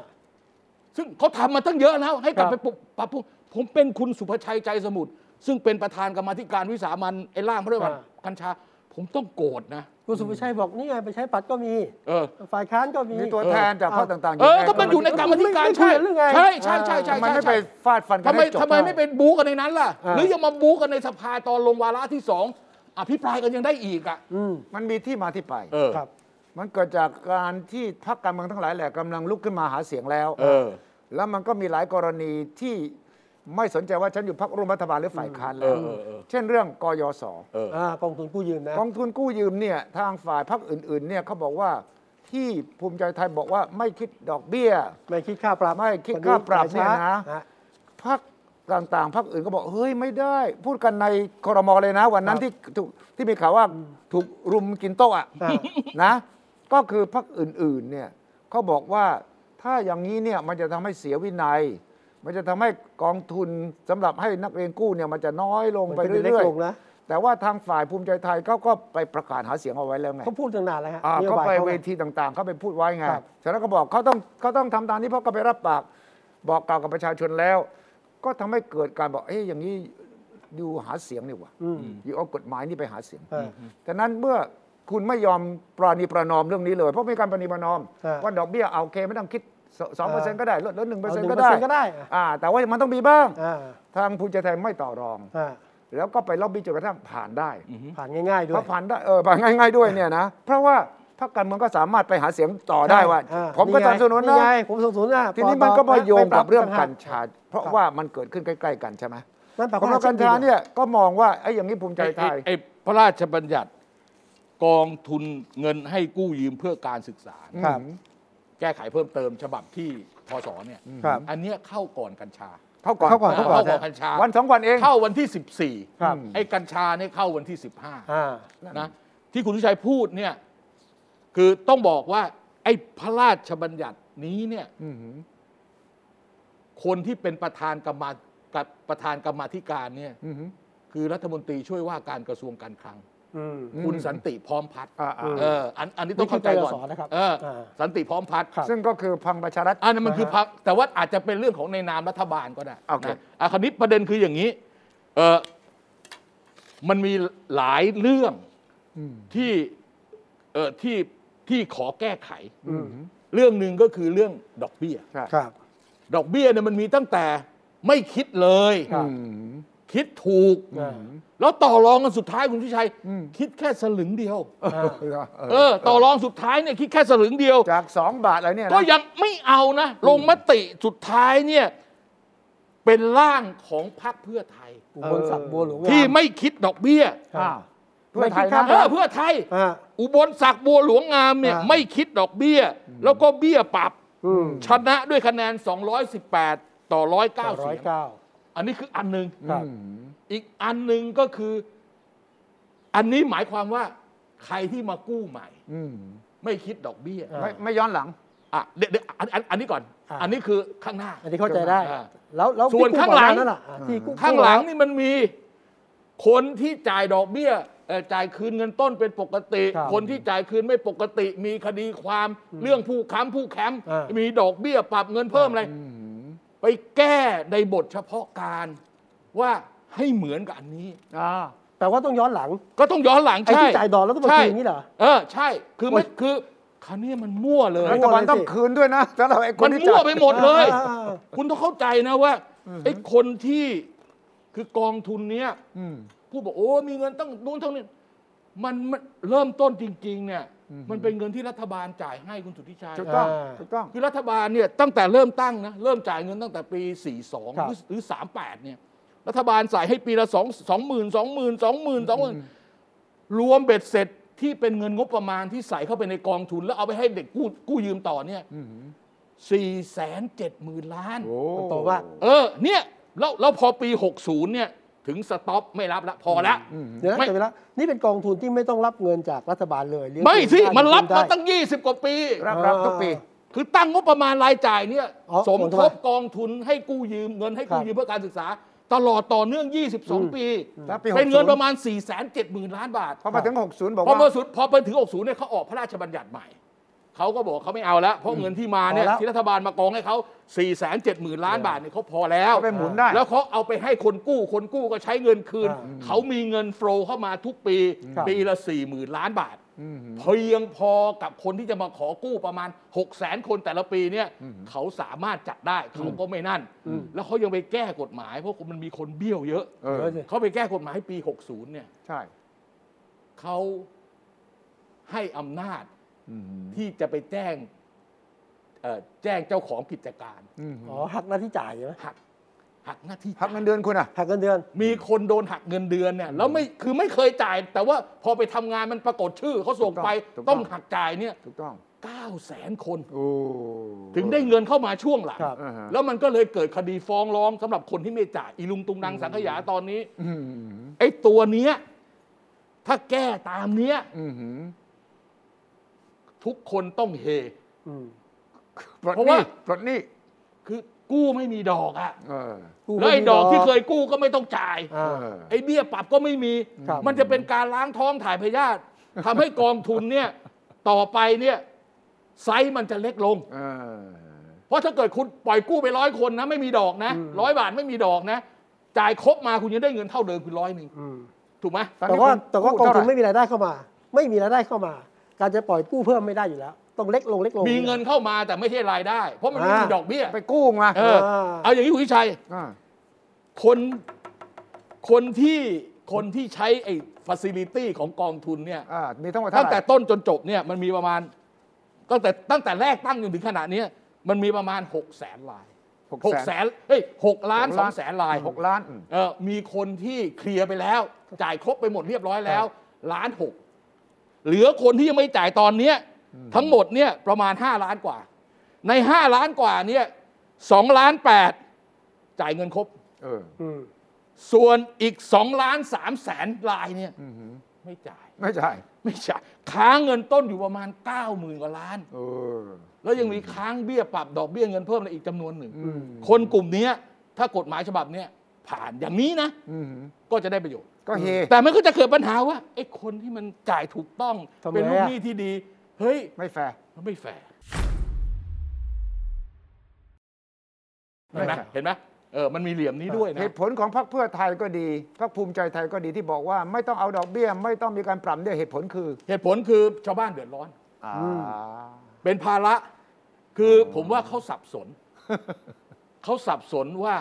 ซึ่งเขาทำมาตั้งเยอะแล้วให้กลับ ครับ ไปปรับปรับปรุงผมเป็นคุณสุภชัยใจสมุทรซึ่งเป็นประธานกรรมาธิการวิสามันไอ้ร่างพระราชบัญญัติกัญชา ผมต้องโกรธนะ คุณสุภาชัยบอกนี่ไงไปใช้ปัดก็มี เออ ฝ่ายค้านก็มี มีตัวแทนจากพรรคต่างๆเออยู่ อก็มันอยู่ในกรรมธิการ ไม่ ใช่ ไม่คุยหรือไง ใช่ใช่ใช่ใช่ ทำไมไม่ไป ใช่ ฟาดฟันกัน ทำไม ให้จบ ทำไมไม่เป็นบู๊กันในนั้นล่ะ อ่า หรือยังมาบู๊กันในสภาตอนลงวาระที่สองอภิปรายกันยังได้อีกอ่ะ อืม มันมีที่มาที่ไป เออ ครับ มันเกิดจากการที่พรรคการเมืองทั้งหลายแหละกำลังลุกขึ้นมาหาเสียงแล้ว เออ แล้วมันก็มีหลายกรณีที่ไม่สนใจว่าฉันอยู่พรรคร่วมรัฐบาลหรือฝ่ายค้านแล้ว เออเออเออ เช่นเรื่องกยศ เออ อ่ากองทุนกู้ยืมนะ กองทุนกู้ยืมเนี่ยทางฝ่ายพรรคอื่นๆเนี่ยเขาบอกว่าที่ภูมิใจไทยบอกว่าไม่คิดดอกเบี้ย ไม่คิดค่าปรับ ไม่คิดค่าปรับเนี่ยนะ ฮ พรรคต่างๆพรรคอื่นก็บอกเฮ้ยไม่ได้ พูดกันในครมเลยนะ วันนั้น ครับ ที่ถูกที่มีข่าวว่าถูกรุมกินโต๊ะอะ อ่า นะ ก็คือพรรคอื่นๆเนี่ยเขาบอกว่าถ้าอย่างนี้เนี่ยมันจะทำให้เสียวินัย มันจะทำให้กองทุนสำหรับให้นักเรียนกู้เนี่ยมันจะน้อยลง มัน ไป เป็นเล็ก เรื่อย ลงนะ ๆ แต่ว่าทางฝ่ายภูมิใจไทยเขาก็ไปประกาศหาเสียงเอาไว้แล้วไง เขาพูดตั้งนานแล้วฮะ อ่าน โย ก็ บย ไป ข เว นี่ย ทีต่างๆ เขาไปพูดไว้ไง ครับ ฉะนั้นก็บอกเขาต้องเขาต้องทำตามนี้เพราะก็ไปรับปาก บอกกล่าวกับประชาชนแล้ว ก็ทำให้เกิดการบอก เอ๊ะอย่างนี้อยู่หาเสียงนี่หว่า อืม อยู่เอากฎหมายนี่ไปหาเสียง เออ ฉะนั้นเมื่อคุณไม่ยอมปราณีประนอมเรื่องนี้เลย เพราะมีการปราณีประนอม เออ ว่าดอกเบี้ยเอาโอเคไม่ต้องคิดสองเปอร์เซ็นต์ก็ได้ลดลดหนึ่งเปอร์เซ็นต์ เอา ก็ได้ 1%ก็ได้อ่ะ อ่าแต่ว่ามันต้องมีบ้าง อ่า ทางภูมิใจไทยไม่ต่อรอง อ่า แล้วก็ไปล็อบบี้จนกระทั่งผ่านได้ ผ่านง่ายๆด้ว พ ย ระผ่านได้เออผ่านง่าย ๆด้วยเนี่ยนะ เพราะว่าพรรคการเมืองก็สามารถไปหาเสียงต่อได้ว่า อ่า ผมก็สนับสนุนนะ ไงผมสนับสนุนนะ ทีนี้มันก็มาโยงกับเรื่องกัญชา เพราะ ครับ ว่ามันเกิดขึ้นใกล้ ๆ กันใช่ไหม นั่นแปล เพราะว่า ว่า กัญชาเนี่ยก็มองว่าไอ้อย่างนี้ภูมิใจ ไอ้ ไท ไอ้ ย ไอ้พระราชบัญญัติกองทุนเงินให้กู้ยืมเพื่อการศึกษา อืม ครับ แก้ไขเพิ่มเติมฉบับที่พศเนี่ย ครับ อันเนี้ยเข้าก่อนกัญชา เข้าก่อน เข้าก่อนเข้าก่อน กัญชา วันสองวันเอง เข้าวันที่ ครับ 14 ไอ้กัญชาเนี่ยเข้าวันที่ อ่า 15นะที่คุณวิชัยพูดเนี่ยคือต้องบอกว่า ไอ้พระราชบัญญัตินี้เนี่ย อืมหือ คนที่เป็นประธานกรรมากับประธานกรรมาธิการเนี่ย อืมหือ คือรัฐมนตรีช่วยว่าการกระทรวงการคลัง อืม อืม คุณสันติพร้อมพัฒน์ อ่าๆ เอออันอันนี้ต้องเข้าใจก่นี่คือนอกยศนะครับ เออ อ่า สันติพร้อมพัฒน์ ครับ ซึ่งก็คือพังประชารัฐ อันนั้นมันคือพักแต่ว่าอาจจะเป็นเรื่องของในนามรัฐบาลก็ได้ โอเค นะอ่ะคราวนี้ประเด็นคืออย่างนี้เออมันมีหลายเรื่องที่เออที่ที่ขอแก้ไข อืม เรื่องหนึ่งก็คือเรื่องดอกเบี้ย ใช่ ครับ ดอกเบี้ยเนี่ยมันมีตั้งแต่ไม่คิดเลย อืม คิดถูก อ่า แล้วต่อรองกันสุดท้ายคุณพิชัย คิดแค่สลึงเดียว เออ ต่อรองสุดท้ายเนี่ยคิดแค่สลึงเดียว จากสองบาทอะไรเนี่ยนะ ก็ยังไม่เอานะ ลงมติสุดท้ายเนี่ย เป็นร่างของพรรคเพื่อไทย อุบลศักดิ์บัวหลวงงาม ที่ไม่คิดดอกเบี้ย อ่าเพื่อไทย ไม่คิด นะ ค่าป เอ รับ อเพื่อไทย อ่า อุบลศักดิ์บัวหลวงงามเนี่ย อ่า ไม่คิดดอกเบี้ย แล้วก็เบี้ยปรับ อืม ชนะด้วยคะแนน 218 ต่อ 109 ร้อ เสี ย ยง เก้า อันนี้คืออันหนึ่ง ครับ อีกอันหนึ่งก็คือ อันนี้หมายความว่าใครที่มากู้ใหม่ อืม ไม่คิดดอกเบี้ย อ่า ไม่ไม่ย้อนหลัง อ่ะเดี๋ยวเดี๋ยวอันอันอันนี้ก่อน อ่า อันนี้คือข้างหน้า อันนี้เข้าใจได้ อ่า แล้วแล้ว ส่วน ที่กู้ ข้างหลัง ก่อน้นั่นน่ะอ่าที่กู้ ข้างหลังนี่มันมีคนที่จ่ายดอกเบี้ยเอ่อจ่ายคืนเงินต้นเป็นปกติ ครับ คนที่จ่ายคืนไม่ปกติ มีคดีความเรื่องผู้ค้ำผู้แคมป์ อ่ามี มีดอกเบี้ยปรับเงินเพิ่มอะไรไปแก้ในบทเฉพาะการว่าให้เหมือนกับอันนี้ อ่า แปลว่าต้องย้อนหลัง ก็ต้องย้อนหลัง ไอ้ที่ ใช่ จ่ายดอกแล้วก็มา ใช่ คืนอย่างนี้เหรอ เออใช่คือไม่คือคราวนี้มันมั่วเลย รัฐบาลต้องคืนด้วยนะสำหรับไอ้ค มัน น ที่ มั่ว จ่าย ไปหมดเลย อ่าอ่าอ่า คุณต้องเข้าใจนะว่าไอ้คนที่คือกองทุนเนี้ย อืม ผู้บอกโอ้มีเงินตั้งนู้นเท่านี้มันมันเริ่มต้นจริง ๆ เนี่ย อืม มันเป็นเงินที่รัฐบาลจ่ายให้คุณสุทธิชัย ถูกต้อง อ่า ถูกต้อง คือรัฐบาลเนี่ยตั้งแต่เริ่มตั้งนะเริ่มจ่ายเงินตั้งแต่ปี 42 ห ครั รื บ อหรือ38 เนี่ย รัฐบาลจ่ายให้ปีละ2 20,000 20,000 20,000 20,000รวมเบ็ดเสร็จที่เป็นเงินงบประมาณที่ใส่เข้าไปในกองทุน แล้วเอาไปให้เด็กกู้กู้ยืมต่อเนี่ย สี่แสนเจ็ดหมื่นล้าน มันโตมาก เออ เนี่ย แล้วแล้วพอปี 60 เนี่ย ถึงสต็อปไม่รับละพอละ เดี๋ยวนะ ไม่ แต่เวลานี่เป็นกองทุนที่ไม่ต้องรับเงินจากรัฐบาลเลยเลี้ยง ไม่สิ ดูได้ มันรับ ได้ มาตั้ง 20 กว่าปี รับรับทุกปี คือตั้งงบประมาณรายจ่ายเนี่ย อ๋อ สม ผม ท ทำ บ ไม กองทุนให้กู้ยืม เงินให้กู้ ครับ ยืมเพื่อการศึกษา ตลอดต่อเนื่อง 22 ปี แล้วปี เป็น 60 เงินประมาณ 4 7 0 0 0 0 ล้านบาท พอมาถึง 60 บอก พอ ว่า มาสุดพอไปถึง 60 เนี่ยเขาออกพระราชบัญญัติใหม่ เขาก็บอกเขาไม่เอาแล้วเพราะเงินที่มาเนี่ย พอแล้ว ที่รัฐบาลมากองให้เขา4 7 0 0 0 0 ล้านบาทเนี่ยเขาพอแล้ว เอาไปหมุนได้ แล้วเขาเอาไปให้คนกู้คนกู้ก็ใช้เงินคืน อ่า เขามีเงินโฟลเข้ามาทุกปี ครับ ปีละ 4 0,000 ล้านบาท เพียงพอกับคนที่จะมาขอกู้ประมาณ 6 0แสนคนแต่ละปีเนี่ยเขาสามารถจัดได้เขาก็ไม่นั่น แล้วเขายังไปแก้กฎหมาย เพราะมันมีคนเบี้ยวเยอะ เออ เยอะสิ เขาไปแก้กฎหมายปี 60 เนี่ย ใช่ เขาให้อำนาจ อืม ที่จะไปแจ้งเอ่อแจ้งเจ้าของกิจการ อืม อ๋อหักหน้าที่จ่ายใช่ไหม หักหักหน้าที่ พักเงินเดือนคุณอ่ะ หักเงินเดือน มีคนโดนหักเงินเดือนเนี่ยแล้วไม่คือไม่เคยจ่าย แต่ว่าพอไปทำงานมันปรากฏชื่อเขาส่งไป ถูกต้อง ต้องหักจ่ายเนี่ย ถูกต้อง 9แสนคน โอ้ ถึงได้เงินเข้ามาช่วงหลัง ครับ อ่าฮะ แล้วมันก็เลยเกิดคดีฟ้องร้องสำหรับคนที่ไม่จ่ายอีลุงตุงนางสังขยาตอนนี้ อืม ไอ้ตัวเนี้ยถ้าแก้ตามเนี้ย อืมอืม ทุกคนต้องเฮ อืม ปลด เพราะ หนี้ ว่า ปลดหนี้ คือกู้ไม่มีดอกอะ เออ แล้วไอ้ ม่ ดอกที่เคยกู้ก็ไม่ต้องจ่าย อ่า เออ ไอ้เบี้ยปรับก็ไม่มี ครับ มันจะเป็นการล้างท้องถ่ายพยาธิทำให้กองทุนเนี่ย ต่อไปเนี่ยไซส์มันจะเล็กลง เออ เพราะถ้าเกิดคุณปล่อยกู้ไปร้อยคนนะ ไม่มีดอกนะร้อยบาทไม่มีดอกนะ จ่ายครบมาคุณยังได้เงินเท่าเดิมคือร้อยหนึ่ง อืม ถูกไหม อน แต่ นี้ ว่า คุณ แต่ว่ากองกู้ทุนเท่าหร่ ไม่มีรายได้เข้ามา ไม่มีรายได้เข้ามา การจะปล่อยกู้เพิ่มไม่ได้อยู่แล้ว ต้องเล็กลงเล็กลง มีเงินเข้ามาแต่ไม่ใช่รายได้ เพราะมันไม่ อ่ามี มีดอกเบี้ย ไปกู้มา เออ อ่า เอาอย่างนี้คุณวิชัย อ่า คนคนที่คนที่ใช้ไอ้ฟัซิลิตี้ของกองทุนเนี่ย อ่ามีทั้งหมด ตั้ เท่างไห แต่ ร่ ต้นจนจบเนี่ยมันมีประมาณตั้งแต่ตั้งแต่แรกตั้งจนถึงขณะเนี้ยมันมีประมาณ6กแสนลายหกแสนเฮ้ยหกล้านสองแสนลาย หกล้านอืม เออมีคนที่เคลียร์ไปแล้ว จ่ายครบไปหมดเรียบร้อยแล้วล้านหกเหลือคนที่ยังไม่จ่ายตอนเนี้ยทั้งหมดเนี่ยประมาณ 5 ล้านกว่า ใน 5 ล้านกว่าเนี่ยสองล้านแปดจ่ายเงินครบ เออ อืม ส่วนอีก2ล้าน3แสนลายเนี่ย อืมหือ ไม่จ่าย ไม่ใช่ ไม่จ่ายค้างเงินต้นอยู่ประมาณ 9 0,000กว่าล้าน เออ แล้วยังมีค้างเบี้ยปรับดอกเบี้ยเงินเพิ่มอะไรอีกจำนวนหนึ่ง อืม คนกลุ่มเนี้ยถ้ากฎหมายฉบับเนี้ยผ่านอย่างนี้นะ อืมหือ ก็จะได้ประโยชน์ ก็เฮ แต่มันก็จะเกิดปัญหาว่าไอ้คนที่มันจ่ายถูกต้อง ทำไม เป็นลูก อะ หนี้ที่ดี เฮ้ย ไม่แฟร์ มันไม่แฟร์ ไม่ เห็นไหม แฟร์ เห็นไหมเออมันมีเหลี่ยมนี้ด้วยนะ เหตุผลของพรรคเพื่อไทยก็ดีพรรคภูมิใจไทยก็ดีที่บอกว่า ไม่ต้องเอาดอกเบี้ย ไม่ต้องมีการปรับด้วยเหตุผลคือ เหตุผลคือชาวบ้านเดือดร้อน อ่า เป็นภาระคืออผมว่าเขาสับสน เขาสับสนว่า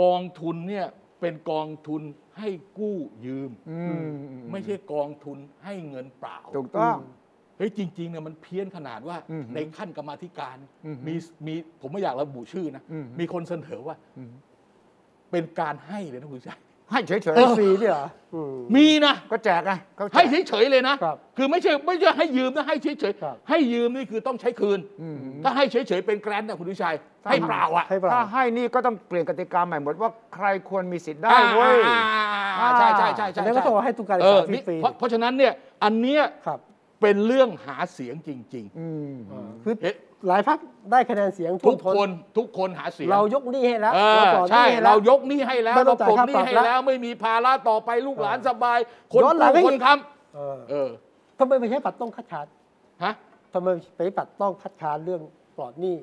กองทุนเนี่ยเป็นกองทุนให้กู้ยืม อืม ไม่ใช่กองทุนให้เงินเปล่า ถูกต้อง เฮ้ยจริงๆเนี่ยมันเพี้ยนขนาดว่า อือหือ ในขั้นกรรมาธิการ อือหือ มีมีผมไม่อยากระบุชื่อนะ อือหือ มีคนเสนอว่า อือหือ เป็นการให้เลยนะคุณชัย ให้เฉย เออ ฟรีเนี่ยเหรออืม มีนะ ๆก็แจกไงก็แจก ให้เฉยๆเลยนะ ครับ คือไม่ใช่ไม่ใช่ให้ยืมนะให้เฉย ครับ ๆให้ยืมนี่คือต้องใช้คืน อืมหือ ถ้าให้เฉยๆเป็นแกรนด์นะคุณวิชัย ให้เปล่าอ่ะ ให้เปล่า ถ้าให้นี่ก็ต้องเปลี่ยนกติกาใหม่หมดว่าใครควรมีสิทธิ์ได้เว้ย อ่าอ่าอ่าใช่ใช่ใช่ใช่ แล้วก็ ใช่ ต้องให้ทุกการศึ เอก อ ษาฟรี นี่ ฟรี เพราะเพราะฉะนั้นเนี่ยอันเนี้ย ครับ เป็นเรื่องหาเสียงจริง อืม คือ ๆเอ๊ะ หลายพักได้คะแนนเสียงท่ ทุ วม ก ท้น คนทุกคนหาเสียง เรายกหนี้ให้แล้ว เออ เราปล่อยห ใช่ นี้ให้แล้ เรา ว ยกหนี้ให้แล้ว ไม่ต้ เรา องจ่าย ปลด ค่าปรัหนี้บ ให้ แล้ว แล้วไม่มีภาระต่อไปลูกหลานสบาย คน ย้อนหลัง กู้ ให้ คน อีก ค้ เออ ำเออ ทำไมไม่ใช่ปัดต้องคัดค้าน ฮะ ทำไมไปปัดต้องคัดค้านเรื่องปลอดหนี้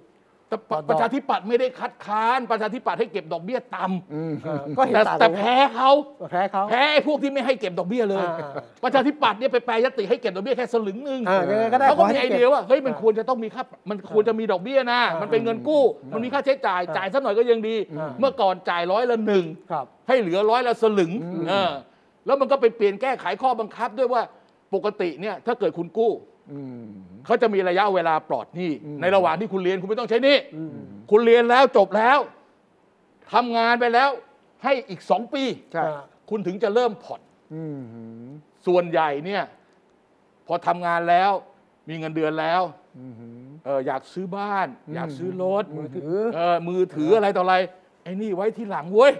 แต่ปะ ต่อ ประชาธิปัตย์ไม่ได้คัดค้าน ประชาธิปัตย์ให้เก็บดอกเบี้ยต่ อืม เออก็เห็นำแต่ ต่าง แต่ กันไง แพ้เขา แพ้เขา แพ้ไอ้พวกที่ไม่ให้เก็บดอกเบี้ยเลย อ่า ประชาธิปัตย์เนี่ยไปแปรยติให้เก็บดอกเบี้ยแค่สลึงหนึ่ง อ่ายังไงก็ได้ เขาก็มี ให้ก็บไอเดียว่าเฮ้ยมัน อ่า ควรจะต้องมีค่ามันควรจะมีดอกเบี้ยนะ อ่ามั มันเป็นเงินกู้ มันมีค่าใช้จ่าย จ่ายสักหน่อยก็ยังดี อ่า เมื่อก่อนจ่ายร้อยละหนึ่ง ครับ ให้เหลือร้อยละสลึงเออแล้วมันก็ไปเปลี่ยนแก้ไขข้อบังคับด้วยว่าปกติเนี่ยถ้าเกิดคุณกู้ อืม เขาจะมีระยะเวลาปลอดหนี้ อืม ในระหว่างที่คุณเรียนคุณไม่ต้องใช้หนี้คุณเรียนแล้วจบแล้วทำงานไปแล้วให้อีกสองปี ใช่ อ่า คุณถึงจะเริ่มผ่อน อืมหือ ส่วนใหญ่เนี่ยพอทำงานแล้ว มีเงินเดือนแล้ว อืมหือ เอออยากซื้อบ้าน อยากซื้อรถ มือถือ เออมือถืออะไรต่ออะไร ไอ้นี่ไว้ที่หลังเว้ย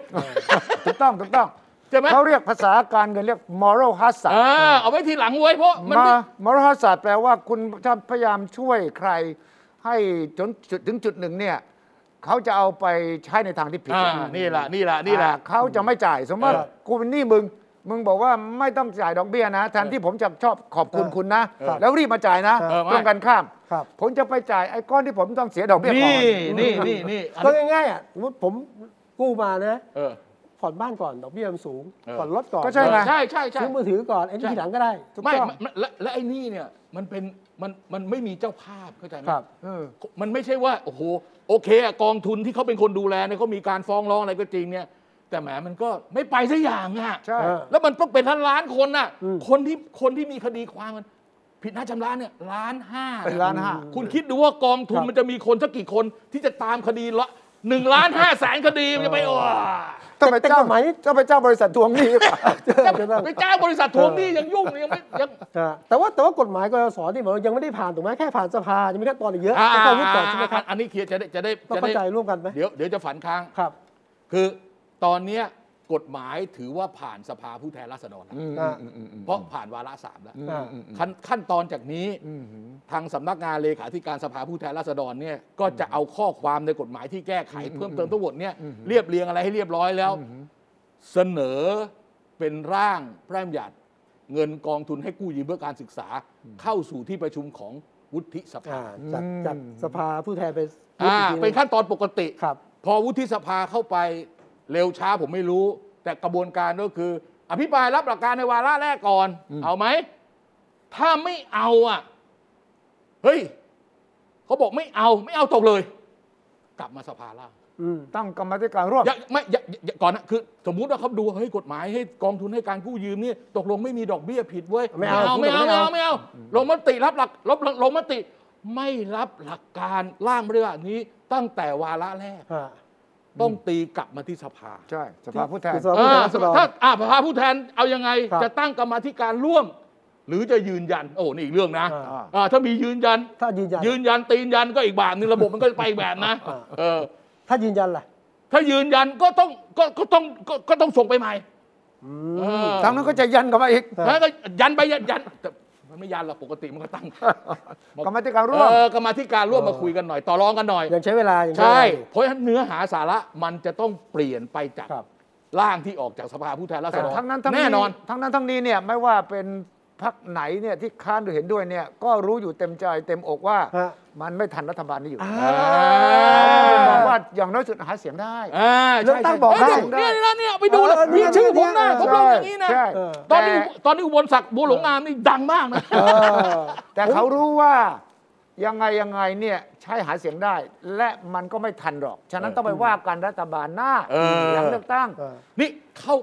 ถูกต้องถูกต้อง ใช่ไหม เขาเรียกภาษาการเงินเรียก moral เอ hazard อเอาไว้ที่หลังเว้ยเพราะมัน มา ไม่ moral hazard แปลว่าคุณถ้าพยายามช่วยใคร ให้จนจุดถึงจุดหนึ่งเนี่ยเขาจะเอาไปใช้ในทางที่ผิด อ่านี่แหละนี่แหละนี่แหละ อ่าเขาจะไม่จ่าย สมมติว่ากูเป็นหนี้มึง มึงบอกว่าไม่ต้องจ่ายดอกเบี้ยนะแทนที่ผมจะชอบขอบคุณคุณนะ ครับ แล้วรีบมาจ่ายนะ เออไม่ ตรงกันข้าม ครับ ผมจะไปจ่ายไอ้ก้อนที่ผมต้องเสียดอกเบี้ยก่อน นี่นี่นี่นี่อัน ก็ นี้ ง่ายๆอ่ะสมมติผมกู้มานะ เออ ผ่อนบ้านก่อนดอกเบี้ยมันสูง เออ ผ่อนรถก่อน ก็ใช่ไง ใช่ใช่ใช่ ซื้อมือถือก่อนไอ้นี่ ใช่ ทีหลังก็ได้ถูก ไม่ ต้อง ไม่และและไอ้นี่เนี่ยมันเป็นมันมันไม่มีเจ้าภาพเข้าใจไหม ครับ เออมันไม่ใช่ว่าโอ้โหโอเคอะกองทุนที่เขาเป็นคนดูแลเนี่ยเขามีการฟ้องร้องอะไรก็จริงเนี่ย แต่แหมมันก็ไม่ไปสักอย่างอ่ะ ใช่ เออ แล้วมันต้องเป็นล้านล้านคนน่ะ อืม คนที่คนที่มีคดีความมัน ผิดนัดชำระเนี่ยล้านห้า เป็นล้านห้า คุณคิดดูว่ากองทุน ครับ มันจะมีคนสักกี่คนที่จะตามคดีละหนึ่งล้านห้าแสนคดีมันจะไปโอ้ ต้องไป แต่ เจ้าก ฎหมายนี่ ต้องไปเจ้าบริษัททวงหนี้หรือเปล่า ใช่ไหม ไปจ้างบริษัททวงหนี้ยังยุ่งยังไม่ยัง อ่าแต่ว่าแต่ว่ากฎหมายกยศนี่มันยังไม่ได้ผ่านถูกไหมแค่ผ่านสภายังมีขั้นตอนอีกเยอะ อ่า ต้องเข้าวุฒิก่อนใช่ไหมครับ อ่าอันนี้เคลียร์จะได้จะได้ ต้อง จะ เข้าใจ ได้ ร่วมกันไหม เดี๋ยวเดี๋ยวจะฝันค้าง ครับ คือตอนเนี้ยกฎหมายถือว่าผ่านสภาผู้แทนราษฎรแล้ว อ่า เพราะผ่านวาระสามแล้ว อ่า ขั้นขั้นตอนจากนี้ทางสำนักงานเลขาธิการสภาผู้แทนราษฎรเนี่ยก็จะเอาข้อความในกฎหมายที่แก้ไขเพิ่มเติมทั้งหมดเนี่ยเรียบเรียงอะไรให้เรียบร้อยแล้ว เสนอเป็นร่างพระราชบัญญัติเงินกองทุนให้กู้ยืมเพื่อการศึกษาเข้าสู่ที่ประชุมของวุฒิสภา อ่าจากจากสภาผู้แทนไป อ่า อีกทีห เป็นขั้นตอนปกติ ครับ พอวุฒิสภาเข้าไปเร็วช้าผมไม่รู้ แต่กระบวนการก็คือ อภิปรายรับหลักการในวาระแรกก่อน เอาไหม ถ้าไม่เอาอ่ะ เฮ้ย เขาบอกไม่เอาไม่เอาตกเลย กลับมาสภาล่าง อืม ตั้งกรรมธิการร่วม อย่าไม่อย่าอย่าอย่าก่อนนะคือ สมมุติว่าเขาดูเฮ้ยกฎหมายให้กองทุนให้การกู้ยืมนี่ตกลงไม่มีดอกเบี้ยผิดเว้ย ไม่เอา ไม่เอา ไม่ ไม่ เอา เอาไม่เอาลงมติรับหลักลบลงมติ ไม่รับหลักการร่างเรื่องนี้ ตั้งแต่วาระแรก อ่า ต้องตีกลับมาที่สภา ใช่ สภาผู้แทน คือสภาผู้แทนราษฎร เออถ้าอ่าสภาผู้แทนเอายังไง ครับ จะตั้งกรรมาธิการร่วม หรือจะยืนยัน โอ้นี่อีกเรื่องนะ อ่า อ่าถ้ามียืนยัน ถ้ายืนยัน ยืนยันตีนยันก็อีกแบบนึงระบบมันก็ไปอีกแบบนะ อ่า เออ ถ้ายืนยันล่ะ ถ้ายืนยันก็ต้องก็ก็ต้องก็ก็ต้องส่งไปใหม่ อื เอ ม อ ทางนั้นก็จะยันกลับมาอีก ครับ แล้วก็ยันไปยันยันแต่มันไม่ยันหรอกปกติมันก็ตั้ง กรรมธิการร่วม เออกรรมาธิการร่วมมาคุยกันหน่อยต่อรองกันหน่อย ยังใช้เวลายัง ใช่ เวลาอยู่ เพราะฉะนั้นเนื้อหาสาระมันจะต้องเปลี่ยนไปจาก ครับ ร่างที่ออกจากสภาผู้แทนราษ แต่ ฎร ทั้งนั้นทั้ง แน่นอน ทั้งนั้นทั้งนี้เนี่ยไม่ว่าเป็นพักไหนเนี่ยที่ค้านหรือเห็นด้วยเนี่ยก็รู้อยู่เต็มใจเต็มอกว่า ฮะ มันไม่ทันรัฐบาลนี้อยู่ อ่า มองว่าอย่างน้อยสุดหาเสียงได้ อ่า เลือกตั้งบอก เอ้ย ได้ เดี๋ยวเนี่ยนะเนี่ยไปดูเลย เออเออ มีชื่อผมนะ เออ ผมลงอย่างนี้นะ ใช่ เออ ตอนนี้ แต่ ตอนนี้อุบลศักดิ์บัวหลงงามนี่ดังมากนะ เออ แต่เขารู้ว่ายังไงยังไงเนี่ยใช้หาเสียงได้ และมันก็ไม่ทันหรอก ฉะนั้นต้องไปว่าการรัฐบาลหน้าหลังเลือกตั้ง เออ นี่เข้า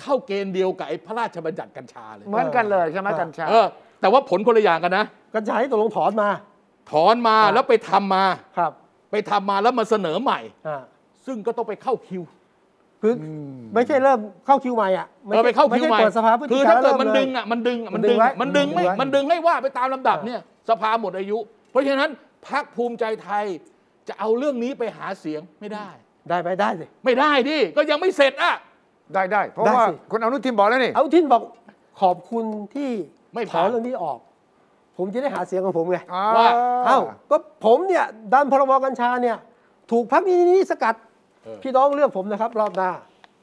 เข้าเกณฑ์เดียวกับไอ้พระราชบัญญัติกัญชาเลย เหมือนกันเลยใช่ไหมกัญชา เออแต่ว่าผลคนละอย่างกันนะ กัญชัยตกลงถอนมา ถอนมาแล้วไปทำมา ครับ ไปทำมาแล้วมาเสนอใหม่ อ่า ซึ่งก็ต้องไปเข้าคิว คืออไม่ใช่เริ่มเข้าคิวใหม่อ่ะ เออไปเข้าคิวใหม่ ไช่เปิดสภาพฤติ คือ ร ถ้าเกิด ริ่ มัน ล ดึ ย งอ่ะมันดึงอ่ะ มั มันน ดึ ดึ ง ง ไว้ อ่ะมันดึงไม่ มันดึงไว้ มันดึงให้ว่าไปตามลำดับเนี่ยสภาหมดอายุ เพราะฉะนั้นพรรคภูมิใจไทยจะเอาเรื่องนี้ไปหาเสียงไม่ได้ ได้ไหมได้สิ ไม่ได้ดิ ก็ยังไม่เสร็จอ่ะ ได้ได้เพราะ ได้ ว่า สิ คุณอนุทินบอกแล้วนี่ เอาทินบอกขอบคุณที่ ไม่ ถ ผ่าน อนเรื่องนี้ออก ผมจะได้หาเสียงของผมไง ว่า เอ้าก็ผมเนี่ยดันพรบกัญชาเนี่ย ถูกพักนี้นี่สกัด เออ พี่น้องเลือกผมนะครับ รอบหน้า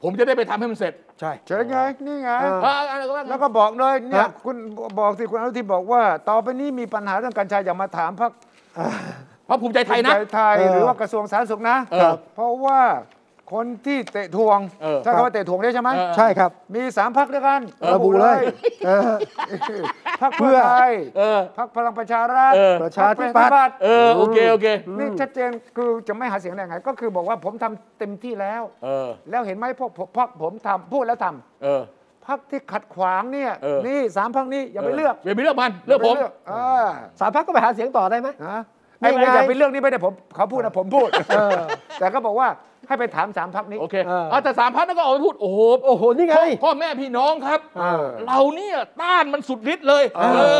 ผมจะได้ไปทำให้มันเสร็จ ใช่ เฉยไงนี่ไง เออ เอออะไรก็ว่า แล้วก็บอกเลยเนี่ย ฮะ คุณบอกสิคุณอนุทินบอกว่าต่อไปนี้มีปัญหาเรื่องกัญชาอย่ามาถามพรรค พรรคภูมิใจไทยนะ ภูมิใจไทย เออ หรือว่ากระทรวงสาธารณสุขนะครับเพราะว่าคนที่เตะทวง เออ ใช่คำว่าเตะทวงได้ใช่ไหม เออ ใช่ครับ มีสามพรรคด้วยกัน ระบุเลยเออ พรรคเพื่อไทย เออ พรรคพลังประชารัฐ เออ ประชาธิปัตย์ พรรค เออ โอเค โอเค นี่ชัดเจนคือจะไม่หาเสียงได้ไง ก็คือบอกว่าผมทำเต็มที่แล้ว เออ แล้วเห็นไหมพวกผมพรรคผมทำพูดแล้วทำ เออ พรรคที่ขัดขวางเนี่ย เออ นี่สามพรรคนี้อย่าไปเลือก อย่าไปเลือกมัน เลือกผม ย่าไปเออ สามพักก็ไปหาเสียงต่อได้ไหม นะ นี่ ไอ้ ไง ไอย่าไปเรื่องนี้ไม่ได้ผมเขาพูดนะผมพูด <laughs> เออ แต่ก็บอกว่าให้ไปถามสามพักนี้ โอเค เออ เอาแต่สามพันนั่นก็ออกมาพูด โอ้โห โอ้โหนี่ไง พ่อพ่อแม่พี่น้องครับ เออ เราเนี่ยต้านมันสุดฤทธิ์เลย เออ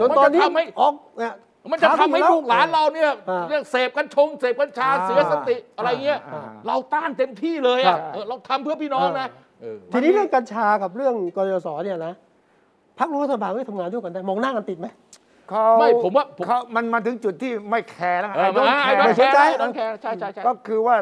จนตอนนี้ มัจะทำให้ ออกเนี่ย มันจะทำให้ลูกหลานเราเนี่ย เออ เรียกเสพกัญชงเสพกัญชา อ่า เสียสติอะไรเงี้ย อ่า เราต้านเต็มที่เลย ครั อ่ะ บ เออเราทำเพื่อพี่น้องนะเออ ทีนี้เรื่องกัญชากับเรื่องกยศเนี่ยนะพักรัฐบาลก็ทำงานด้วยกันได้มองหน้ากันติดไหม เขา ไม่ผมว่าผม เขามันมาถึงจุดที่ไม่แคร์แล้วไง เออ ไม่ อ่า แค ไอ้ ร์ ดอน ม่ แค สน ร์ ใจ ไอ้ดอนแคร์ใช่ใช่ใช่ ก็คือว่า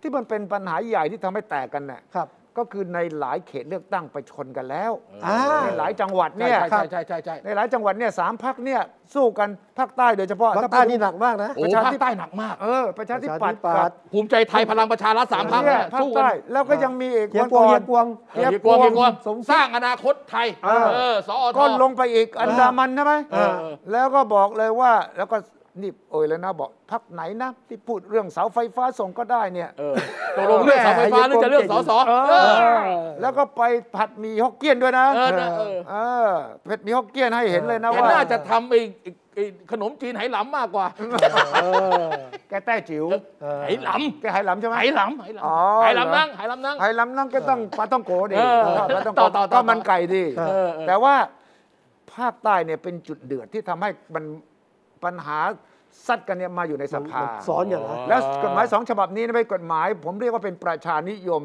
ที่มันเป็นปัญหาใหญ่ที่ทำให้แตกกันน่ะ ครับ ก็คือในหลายเขตเลือกตั้งไปชนกันแล้ว อ่า ในหลายจังหวัด ใช่ เนี่ย ใช่ใช่ใช่ใช่ ในหลายจังหวัดเนี่ยสามพักเนี่ยสู้กันภาคใต้โดยเฉพาะ ภาคใต้นี่หนักมากนะ โอ้ ประชา ภาค ธิปัตย์ ใต้หนักมาก เออประชาธิ ประชาธิปั ปั ตย์ตย์กับ ภูมิใจไทยพลังประชารัฐสามพรรค เนี่ย เนี่ย ภาค สู้กั ใต้ น แล้วก็ยังมีเอก เฮีย วัน ปว ก่ ง อ เฮี น ยปวง เฮียกวงเฮียกวง สมคิด สร้างอนาคตไทย เออ เออสอท ก็ลงไปอีกอันดามันใช่ไหม เออ แล้วก็บอกเลยว่าแล้วก็นี่เอ่ยแล้วนะบอกพักไหนนะที่พูดเรื่องเสาไฟฟ้าส่งก็ได้เนี่ย เออตกลงเรื่องเสาไฟฟ้าหรือจะเรื่องสส เอ เอ อ อ แล้วก็ไปผัดหมีฮอกเกี้ยนด้วยนะ เออเออ เออเผ็ดหมีฮอกเกี้ยนให้เห็นเลยนะ แก ว่า น่าจะทำไอ้ไอ้ไอ้ขนมจีนไหหลำมากกว่า เออ แกแต้จิ๋ว เออ ไหหล แกไหหลำใช่ไหม ำไหหลำไหหล อ๋อ ำไหหลำนั่งไหหลำนั่ง ไหหลำนั่นก็ต้องปลาต้องโกดิ เออ ชอบปลาต้อง ต่ โก อต่อต่อ ก็มันไก่ดี เอ อเออ แต่ว่าภาคใต้เนี่ยเป็นจุดเดือดที่ทำให้มันปัญหาซัดกันเนี่ยมาอยู่ในสภา ซ้อนอย่างนะ แล้วกฎหมายสองฉบับนี้นะเป็นกฎหมาย ผมเรียกว่าเป็นประชานิยม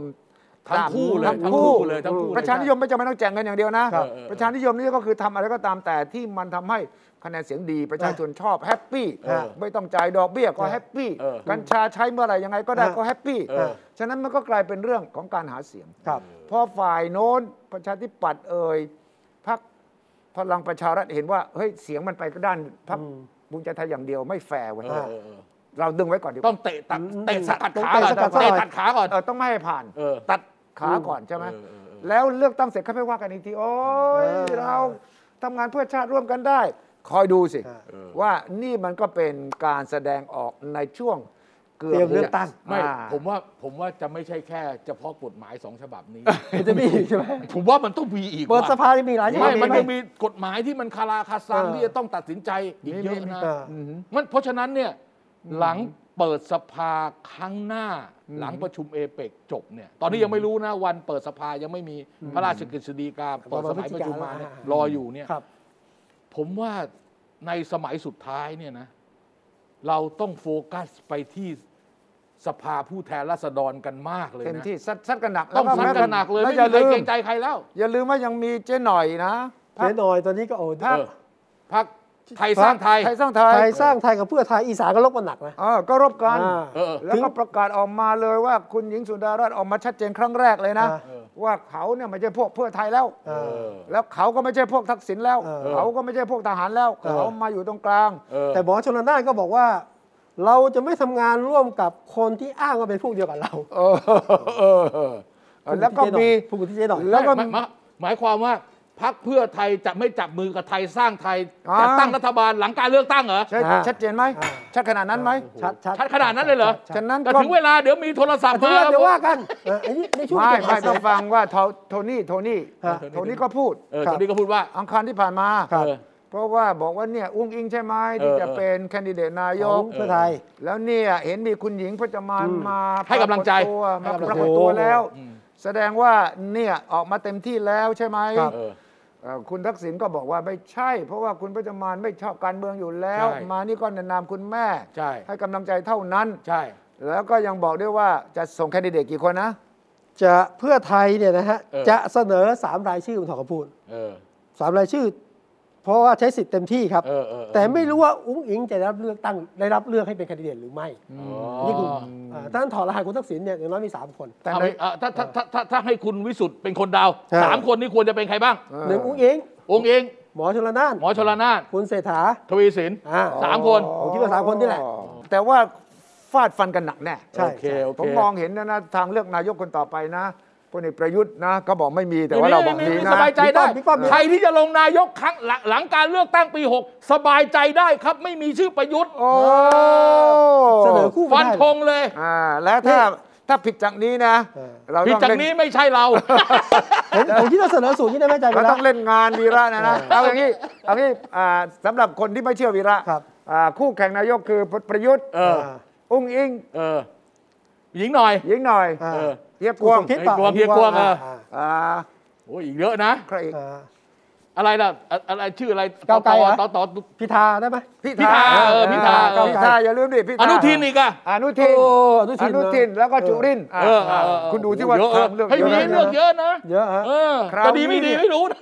ทั้งคู่เลย ทั้ ทั้ ง ง คู่ คู่เลยทั้งคู่เลย ประชานิยมไม่จำเป็นต้องแจกเงินอย่างเดียวนะ ครับ ประชานิยมนี่ก็คือทำอะไรก็ตามแต่ที่มันทำให้คะแนนเสียงดีประชาชนชอบแฮปปี้ไม่ต้องจ่ายดอกเบี้ยก็แฮปปี้ เออ กัญชาใช้เมื่อไหร่ยังไงก็ได้ก็แฮปปี้ เออ ฉะนั้นมันก็กลายเป็นเรื่องของการหาเสียง ครับ พอฝ่ายโน้นประชาธิปัตย์เอ่ยพักพลังประชารัฐเห็นว่าเฮ้ยเสียงมันไปก็ด้านพัก อืม ภูมิใจไทยอย่างเดียวไม่แฟร์เว้ย เออเออเออ เราดึงไว้ก่อนดีกว่า ต้องเตะตัดเตะสกัดขาก่อน ต้องเตะสกัด เตะตัดขาก่อน เออต้องไม่ให้ผ่าน เออ ตัดขาก่อนใช่ไหม เออเออเออ แล้วเลือกตั้งเสร็จค่อยไปว่ากันอีกที โอ้ย เออ เราทำงานเพื่อชาติร่วมกันได้ คอยดูสิ เออ ว่านี่มันก็เป็นการแสดงออกในช่วงเกือบ เตรียมเลือกตั้ง ไม่ อ่า ผมว่าผมว่าจะไม่ใช่แค่เฉพาะกฎหมายสองฉบับนี้ เห็นจะมีอีกใช่ไหม ผมว่ามันต้องมีอีก เปิดส ว่ะ ภานี่มีหลายฉบั ไม่ บ มันยังมีกฎหมายที่มันคาราคาซัง เออ ที่จะต้องตัดสินใจอีกเยอะนะ เออ มันเพราะฉะนั้นเนี่ยหลังเปิดสภาครั้งหน้า หลังประชุมเอเปกจบเนี่ยตอนนี้ยังไม่รู้นะวันเปิดสภายังไม่มีพระราชกฤษฎีกาเปิดสมัยประชุมมาเนี่ย อ่า รออยู่เนี่ย ครับ ผมว่าในสมัยสุดท้ายเนี่ยนะเราต้องโฟกัสไปที่สภาผู้แทนราษฎรกันมากเลย เต็ม นะ ที่ซัดซัดกันหนัก ต้อง แล้ว สังกันหนักเลย แว ไม่ อย่า มีใคร ลืม เกรงใจใครแล้ว อย่าลืมว่ายังมีเจ๊หน่อยนะพร เจ๊ รค หน่อยตอนนี้ก็โอ้ เออพักไทยสร้างไทย ไทยสร้างไทย ไทยสร้างไทยกับเพื่อไทยอีสานก็ลบกันหนักนะ เออก็รบกัน อ่า เออ แล้วก็ประกาศออกมาเลยว่าคุณหญิงสุดารัตน์ออกมาชัดเจนครั้งแรกเลยนะ อ่า ว่าเขาเนี่ยไม่ใช่พวกเพื่อไทยแล้ว เออ แล้วเขาก็ไม่ใช่พวกทักษิณแล้ว เออ เขาก็ไม่ใช่พวกทหารแล้ว เออ เขามาอยู่ตรงกลาง เออ แต่หมอชนละนานก็บอกว่า เราจะไม่ทำงานร่วมกับคนที่อ้างว่าเป็นพวกเดียวกับเรา เออเออเออแล้วก็มี พูดกับที่เจ๊หน่อย แล้วก็ หมายหมายหมายความว่าพักเพื่อไทยจะไม่จับมือกับไทยสร้างไทย อ่า จัดตั้งรัฐบาลหลังการเลือกตั้งเหรอ ใช่ อ่า ชัดเจนไหม อ่า ชัดขนาดนั้นไหม ชัดชัด ชัดขนาดนั้นเลยเหรอ ชัด ฉะนั้น แต่ ก็ ถึงเวลาเดี๋ยวมีโทรศัพท์ ถึง มา เดี๋ยวว่ากันเออไอ้นี่ในช่วง ไม่ไม่ เก็ ต้อบ ง ภาษี ฟังว่าโทโทนี่โทนี่ ฮะ โทนี่ก็พูด เออตอนนี้ก็พูดว่า อังคารที่ผ่านมา ครับ เออ เพราะว่าบอกว่าเนี่ยอุ้งอิงใช่ไหมที่จะ เออเออ เป็นแคนดิเดตนาย ของ ก เพื่อไทย แล้วเนี่ยเห็นมีคุณหญิงพจมานมา ให้กำลังใจ ปให้ำรากฏตัวมากลังใจ ปรากฏตัวแล้ว อืม แสดงว่าเนี่ยออกมาเต็มที่แล้วใช่ไหม ครับ เออ เอ่อคุณทักษิณก็บอกว่าไม่ใช่ เพราะว่าคุณพจมานไม่ชอบการเมืองอยู่แล้ว ใช่ มานี่ก็แนะนำคุณแม่ ใช่ ให้กำลังใจเท่านั้น ใช่ แล้วก็ยังบอกด้วยว่าจะส่งแคนดิเดตกี่คนนะ จะเพื่อไทยเนี่ยนะฮะ เออ จะเสนอสามรายชื่อคุณถอกพูด เออ สามรายชื่อ เพราะว่าใช้สิทธิ์เต็มที่ครับ เออเออเออ แต่ไม่รู้ว่าอุ้งอิงจะได้รับเลือกตั้งได้รับเลือกให้เป็นแคนดิเดตหรือไม่ อ๋อ นี่คืออ่าถ้าท่านถอดรหัสคุณทักษิณเนี่ยอย่างน้อยมีสามคน แต่ เอา ใน ไปเอ่อถ้าถ้าถ้าถ้าถ้าให้คุณวิสุทธ์เป็นคนเดาว ใช่ สามคนนี้ควรจะเป็นใครบ้าง เออ หนึ่งอุ้งอิง องค์เอง หมอชลนาน หมอชลนาน คุณเศรษฐา ทวีสิน อ่า สามคน ผมคิดว่าสามคนนี่แหละ แต่ว่าฟาดฟันกันหนักแน่ ใช่ โอเคโอเค ผมมองเห็นนะนะทางเลือกนายกคนต่อไปนะพลเอกประยุทธ์นะก็บอกไม่มีแต่ว่าเราบอกมี นี่ นะ สบายใจได้ บิ๊กป้อมบิ๊กป้อม ใครที่จะลงนายกครั้งหลังหลังการเลือกตั้งปี 6 สบายใจได้ครับไม่มีชื่อประยุทธ์ โอ้ เสนอคู่กั ฟั น น ได้ ธงเลย อ่าแล้วถ้าถ้าผิดจากนี้นะ เออ เรา ผิด ต้อง จาก เล่น นี้ไม่ใช่เรา ผมผมคิดว่าเสนอสูตรที่ได้ไหมใจไป เรา แล้วต้องเล่นงานวีระนะนะเอาอย่างนี้เอาอย่างนี้อ่าสำหรับคนที่ไม่เชื่อวีระ ครับ อ่าคู่แข่งนายกคือพลประยุทธ์ เออ อุ้งอิง เออ หญิงหน่อย หญิงหน่อย อ่า เออ เฮียกวง คุณสมคิดเปล่า เฮียกวงเฮียกวงเออ า อ่า โอ้ยอีกเยอะนะ ใครอีก อ่า อะไรล่ะอะอะไรชื่ออะไร ก้าวไกลเหรอ ต่อต่อต่อ พิธาได้ไหม พิธาเออพิธา พิธาอย่าลืมดิพิธา อนุทินอีกอะ อนุทิน โอ้อนุทิ อนนุทินแล้วก็จุรินทร์อ่ะ เออเออเออ คุณดูที่ว่า เยอะ ทางเลือก เฮ้ยมี ยะ ให้เลือกเยอะนะ เยอะฮะ เออ คราว จะดีไม่ดีนี้ไม่รู้นะ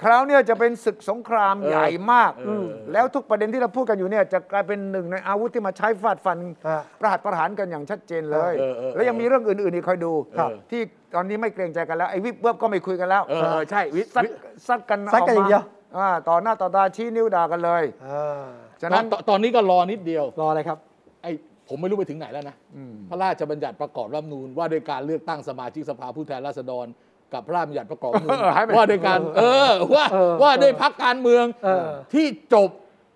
<laughs> คราวเนี่ยจะเป็นศึกสงคราม เออ ใหญ่มาก เออ แล้วทุกประเด็นที่เราพูดกันอยู่เนี่ยจะกลายเป็นหนึ่งในอาวุธที่มาใช้ฟาดฟัน อ่า ประหัตประหารกันอย่างชัดเจนเลย เออเออเออ แล้วยังมีเรื่องอื่นๆอีกคอยดู ครับ ที่ ตอนนี้ไม่เกรงใจกันแล้วไอ้วิบเวิบก็ไม่คุยกันแล้ว เออใช่วิ ซัด วิ ซัดกัน ซัดกันอย่างเดียว อ่าต่อหน้าต่อตาชี้นิ้วด่ากันเลย อ่า ฉะ ตอ นั้น น ตอนตอนนี้ก็รอนิดเดียว รออะไรครับ ไอ้ผมไม่รู้ไปถึงไหนแล้วนะ พระราชบัญญัติประกอบรัฐธรรมนูญว่าด้วยการเลือกตั้งสมาชิกสภาผู้แทนราษฎร กับพระราชบัญญัติประกอบรัฐธรรมนูญ เออให้ไป ว่าด้วยการเออว่า เออ ว่าด้วยพักการเมือง เออ ที่จบ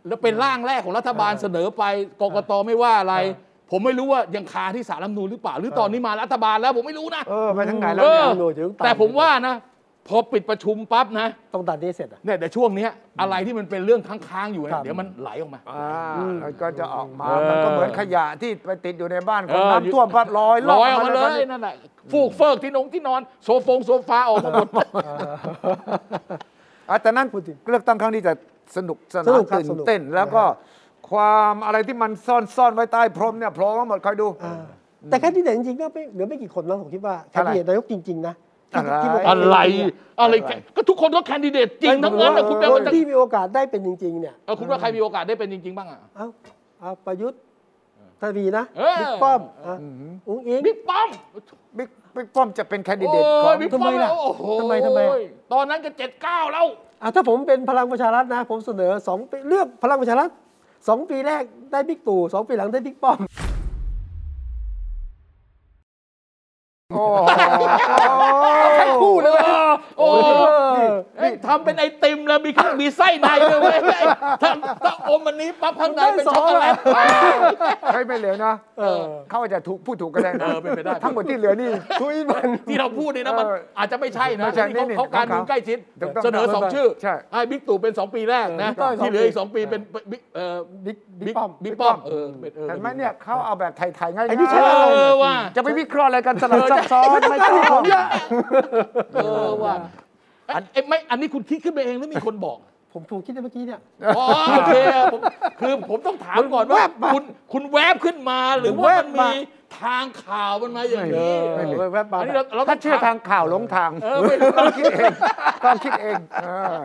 แล้วเป็นร่างแรกของรัฐบาลเสนอไปกกตไม่ว่าอะไร ผมไม่รู้ว่ายังคาที่สารรัฐธรรมนูญหรือเปล่าหรือตอนนี้มารัฐบาลแล้วผมไม่รู้นะ เออไปทั้งไหน อ แล้วเนี่ย รัฐธรรมนูญถึงตัด แต่ผมว่านะ พอปิดประชุมปั๊บนะ ต้องตัดนี้เสร็จอะ เนี่ยเดี๋ยวช่วงเนี้ยอะไรที่มันเป็นเรื่องค้างๆอยู่ ครั เนี่ย บ เดี๋ยวมันไหลออกมา อ่ามันก็จะออกมา เออ มันก็เหมือนขยะที่ไปติดอยู่ในบ้านคน เออ น้ำท่วมพัดลอย ลอยออก ง มาเลยนั่นแหละฟูกเฟิกที่นงที่นอนโซฟงโซฟาออกมาหมด อ่ะแต่นั้น พูดถึง เลือกตั้งครั้งนี้จะสนุกส ส นา นุ น กครับ ตื่น สนุก เต้น แล้วก็ความอะไรที่มันซ่อนซ่อนไว้ใต้พรมเนี่ยโผล่มาหมดคอยดู แต่แค่ที่ไหนจริงๆก็ไม่เหลือไม่กี่คนแล้วผมคิดว่าแค อะ น ไร ดิเดตนายกจริง ๆ นะที่ อะไร ที่มัน อะ เป็น ไร เนี่ย อะไรแกก็ทุกคนก็แคนดิเดตจริงทั้งนั้นนะคุณแปล ค ว่าน จะ ที่มีโอกาสได้เป็นจริง ๆ เนี่ย เออคุณว่าใครมีโอกาสได้เป็นจริง ๆ บ้างอ่ะ เอ้าเอาประยุทธ์ถ้ามีนะ เออ บิ๊กป้อมอ่ะอุ้งอิง บิ๊กป้อม บิ๊กบิ๊กป้อมจะเป็นแคนดิ โอ้ เดตของ ยบิ๊กป้อม ทำไมล่ะ โอ้โห ทำไมทำไม ตอนนั้นก็เจ็ดเก้าแล้ว อ่ะถ้าผมเป็นพลังประชารัฐนะ ผมเสนอสองปีเลือกพลังประชารัฐสองปีแรกได้บิ๊กตู่สองปีหลังได้บิ๊กป้อม โอ้โหใช่คู่เลย โอ้ เออ เอ้ยทำเป็นไอติมแล้วมีเครื่องมีไส้ในด้วยเว้ยเอ้ยถ้าถ้าอมอันนี้ปั๊บข้างในเป็นช็อกโกแลต ใช่ไม่เหลือนะ เออ เขาอาจจะถูกพูดถูกกันได้นะ เออเป็นไปได้ ทั้งหมดที่เหลือนี่ ทุยมัน ที่เราพูดนี่นะมัน เออ อาจจะไม่ใช่นะ ไม่ใช่ ที่เขา นี่ เขาการเมืองใกล้ชิด ถูกต้อง เสนอสองชื่อ ใช่ ให้บิ๊กตู่เป็น 2 ปีแรกนะ เออ ที่เหลืออีก 2 ปี เออ เป็นบิ๊กเอ่อ บิ๊กบิ๊ บิ๊ ก ก ป้อม บิ๊กป้อมเออเป็นเออ เห็นไหมเนี่ยเขาเอาแบบไทยๆง่าย ไอ้นี่ใช่ เอ ไหม อว่า ๆจะไปวิเคราะห์อะไรกันสลับซับซ้อนไม่ต้อง เออว่าเอยเอ้ยไม่อันนี้คุณคิดขึ้นไปเองหรือมีคนบอก ผมถูกคิดได้เมื่อกี้เนี่ย อ๋อโอเคผมคือผมต้องถามก่อนว่าคุณคุณแวบขึ้นมาหรือว่ามัน แวบมา มีทางข่าวมันมาอย่างนี้ ไม่มี เออ แวบมา อันนี้เราเราต้ ถ้า อง เชื่อทางข่าวหลงทาง เออไม่รู้ ต้องคิดเองต้องคิดเองเออ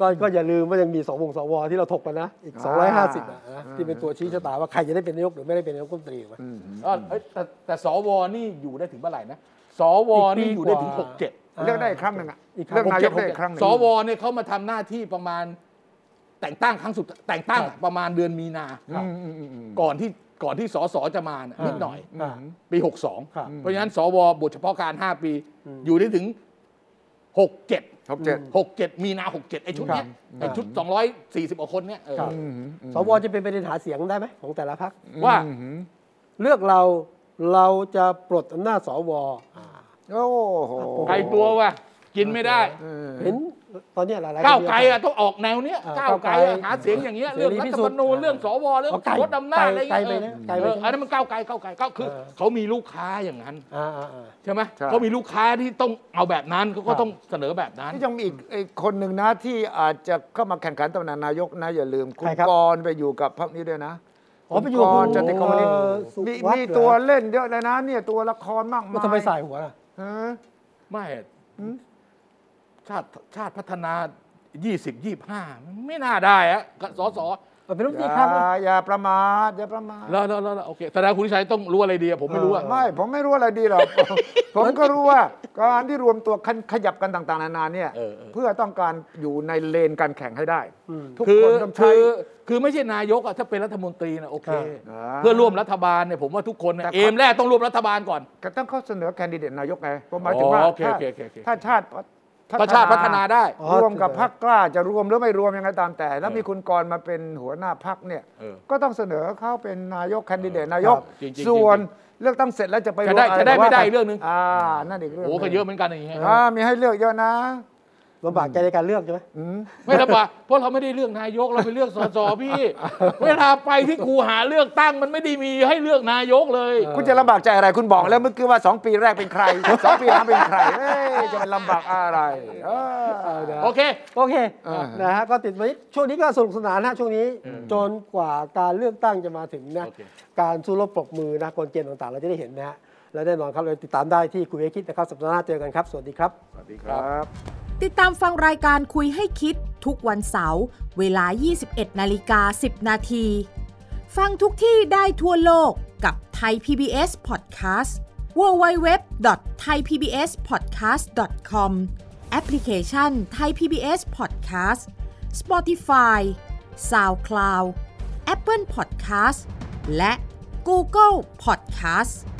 ก็ก็อย่าลืมว่ายังมีสองวงสวที่เราถกกันนะ อีก อ่า 250อะนะที่เป็นตัวชี้ชะตาว่าใครจะได้เป็นนายกหรือไม่ได้เป็นนายกรัฐมนตรีวะ เออเอ้ยแต่แต่สวนี่อยู่ได้ถึงเมื่อไหร่นะสวนี่อยู่ได้ถึง อีกปีกว่า หกเจ็ด เลือกได้อีกครั้งหนึ่งอะ อีกครั้ง เลือกนายกได้อีกครั้งหนึ่ง สวเนี่ยเขามาทำหน้าที่ประมาณแต่งตั้งครั้งสุดแต่งตั้งประมาณเดือนมีนา อืมอืมอืมอืม ก่อนที่ก่อนที่สสจะมาน่ะนิดหน่อย อ่า ปี ครับ 62 เพราะฉะนั้นสวบทเฉพาะการ 5 ปี อยู่ได้ถึง 67 หกเจ็ด 67 มีนา 67 ไอ้ชุดเนี้ยไอ้ชุด 240กว่าคนเนี่ยเออ ครับสวจะเป็นประเด็นหาเสียงได้ไหมของแต่ละพรรค ว่า เลือกเราเราจะปลดอำนาจสวอ่า โอ้โห ใครกลัวว่ากินไม่ได้ เออ เห็นตอนเนี้ยหลายๆ ก้าว คน ไกล เนี่ย อะต้องออกแนวเนี้ย อ่า ก้าวไกล ก้าวอะไกล หาเสียงอย่างเงี้ย เสรี เรื่องรั พิ ฐ สุ ธทรร ธิ์ มนูญเรื่องสวเรื่อง อ๋อไกล ลดอำนาจอะไรอย่างเงี้ย ไกลไปนะไกลไป เออ ใช่ไหม อันนั้นมันก้าวไกลก้าวไกลก้าวคือ เออ เขามีลูกค้าอย่างนั้น อ่าอ่าอ่า ใช่ไหม ใช่ เขามีลูกค้าที่ต้องเอาแบบนั้นเขา ครั ก็ บ ต้องเสนอแบบนั้น นี่ยังมีอีกไอ้คนหนึ่งนะที่อาจจะเข้ามาแข่งขันตำแหน่งนายกนะ อย่าลืมคุ ใคร ณ ครับ กรณ์ไปอยู่กับพรรคนี้ด้วยนะ อ๋อไปอยู่ คุ คุณ ณ กรณ์จติคมนินทร์ เอ่อสุ มี วัฒ มี น์เหรอ ตัวเล่นเยอะเลยนะเนี่ยตัวละครมาก แล้ว มาย ทำไมสายหัวล่ะ เออ ไม่ชาติชาติพัฒนา 20 25 ไม่น่าได้อะก็สอสอ มันเป็นรัฐมนต อ รี ย่า คลังนะ อย่าประมาทอย่าประมาท แล้วแล้วแล้วแล้วโอเคแสดงคุณชัยต้องรู้อะไรดีอะผมไม่รู้อะ เออ ไม่ ผมไม่รู้อะไรดีหรอก <laughs> ผมก็รู้ว่าการที่รวมตัวขันขยับกันต่างๆนานาเนี่ย เออเออ เพื่อต้องการอยู่ในเลนการแข่งให้ได้ อืม ทุก คือ คนต้องใช้ คือคือไม่ใช่นายกอะถ้าเป็นรัฐมนตรีนะโอเค อ่า เพื่อร่วมรัฐบาลเนี่ยผมว่าทุกคนเนี่ย แต่ เอมแรกต้องร่วมรัฐบาลก่อน ก็ต้องเข้าเสนอแคนดิเดตนายกไงผมหมายถึงว่า อ๋อโอเค ถ้า โอเคโอเคโอเค ถ้าชาติ ประชาติพัฒนาได้ อ๋อ รวมกับพรรคกล้าจะรวมหรือไม่รวมยังไงตามแต่ แล้วมีคุณกรณ์มาเป็นหัวหน้าพรรคเนี่ย เออ ก็ต้องเสนอเข้าเป็นนายกแคนดิเดตนายก ครับจริงๆ ส่วนเลือกตั้งเสร็จแล้วจะไป จะได้ รว จะได้ แต่ว่า ไม่ได้อีกเรื่องหนึ่ง อ่านั่นอีกเรื่อง โอ้ก็ หนึ่ง เยอะเหมือนกันอย่างเงี้ย อ่ามีให้เลือกเยอะนะ ลำบากใจในการเลือกใช่ไหม ไม่ลำบากเพราะเราไม่ได้เลือกนายกเราไปเลือกสสพี่ เวลาไปที่ครูหาเลือกตั้งมันไม่ได้มีให้เลือกนายกเลย คุณจะลำบากใจอะไรคุณบอกแล้วเมื่อกี้ว่า 2 ปีแรกเป็นใคร 2 ปีหลังเป็นใครเอ้ยจะไปลำบากอะไรเออ โอเค โอเค อ่า นะฮะก็ติดไว้ช่วงนี้ก็สนุกสนานนะช่วงนี้จนกว่าการเลือกตั้งจะมาถึงนะ โอเค การสู้รบปรบมือนะกลเกณฑ์ต่างๆ เราจะได้เห็นนะฮะและแน่นอนครับเราติดตามได้ที่คุยให้คิดนะครับสัปดาห์หน้าเจอกันครับ สวัสดีครับ ครับ ติดตามฟังรายการคุยให้คิดทุกวันเสาร์เวลา 21 นาฬิกา 10 นาที ฟังทุกที่ได้ทั่วโลกกับไทย PBS Podcast www.thaipbspodcast.com แอปพลิเคชัน Thai PBS Podcast Spotify SoundCloud Apple Podcast และ Google Podcast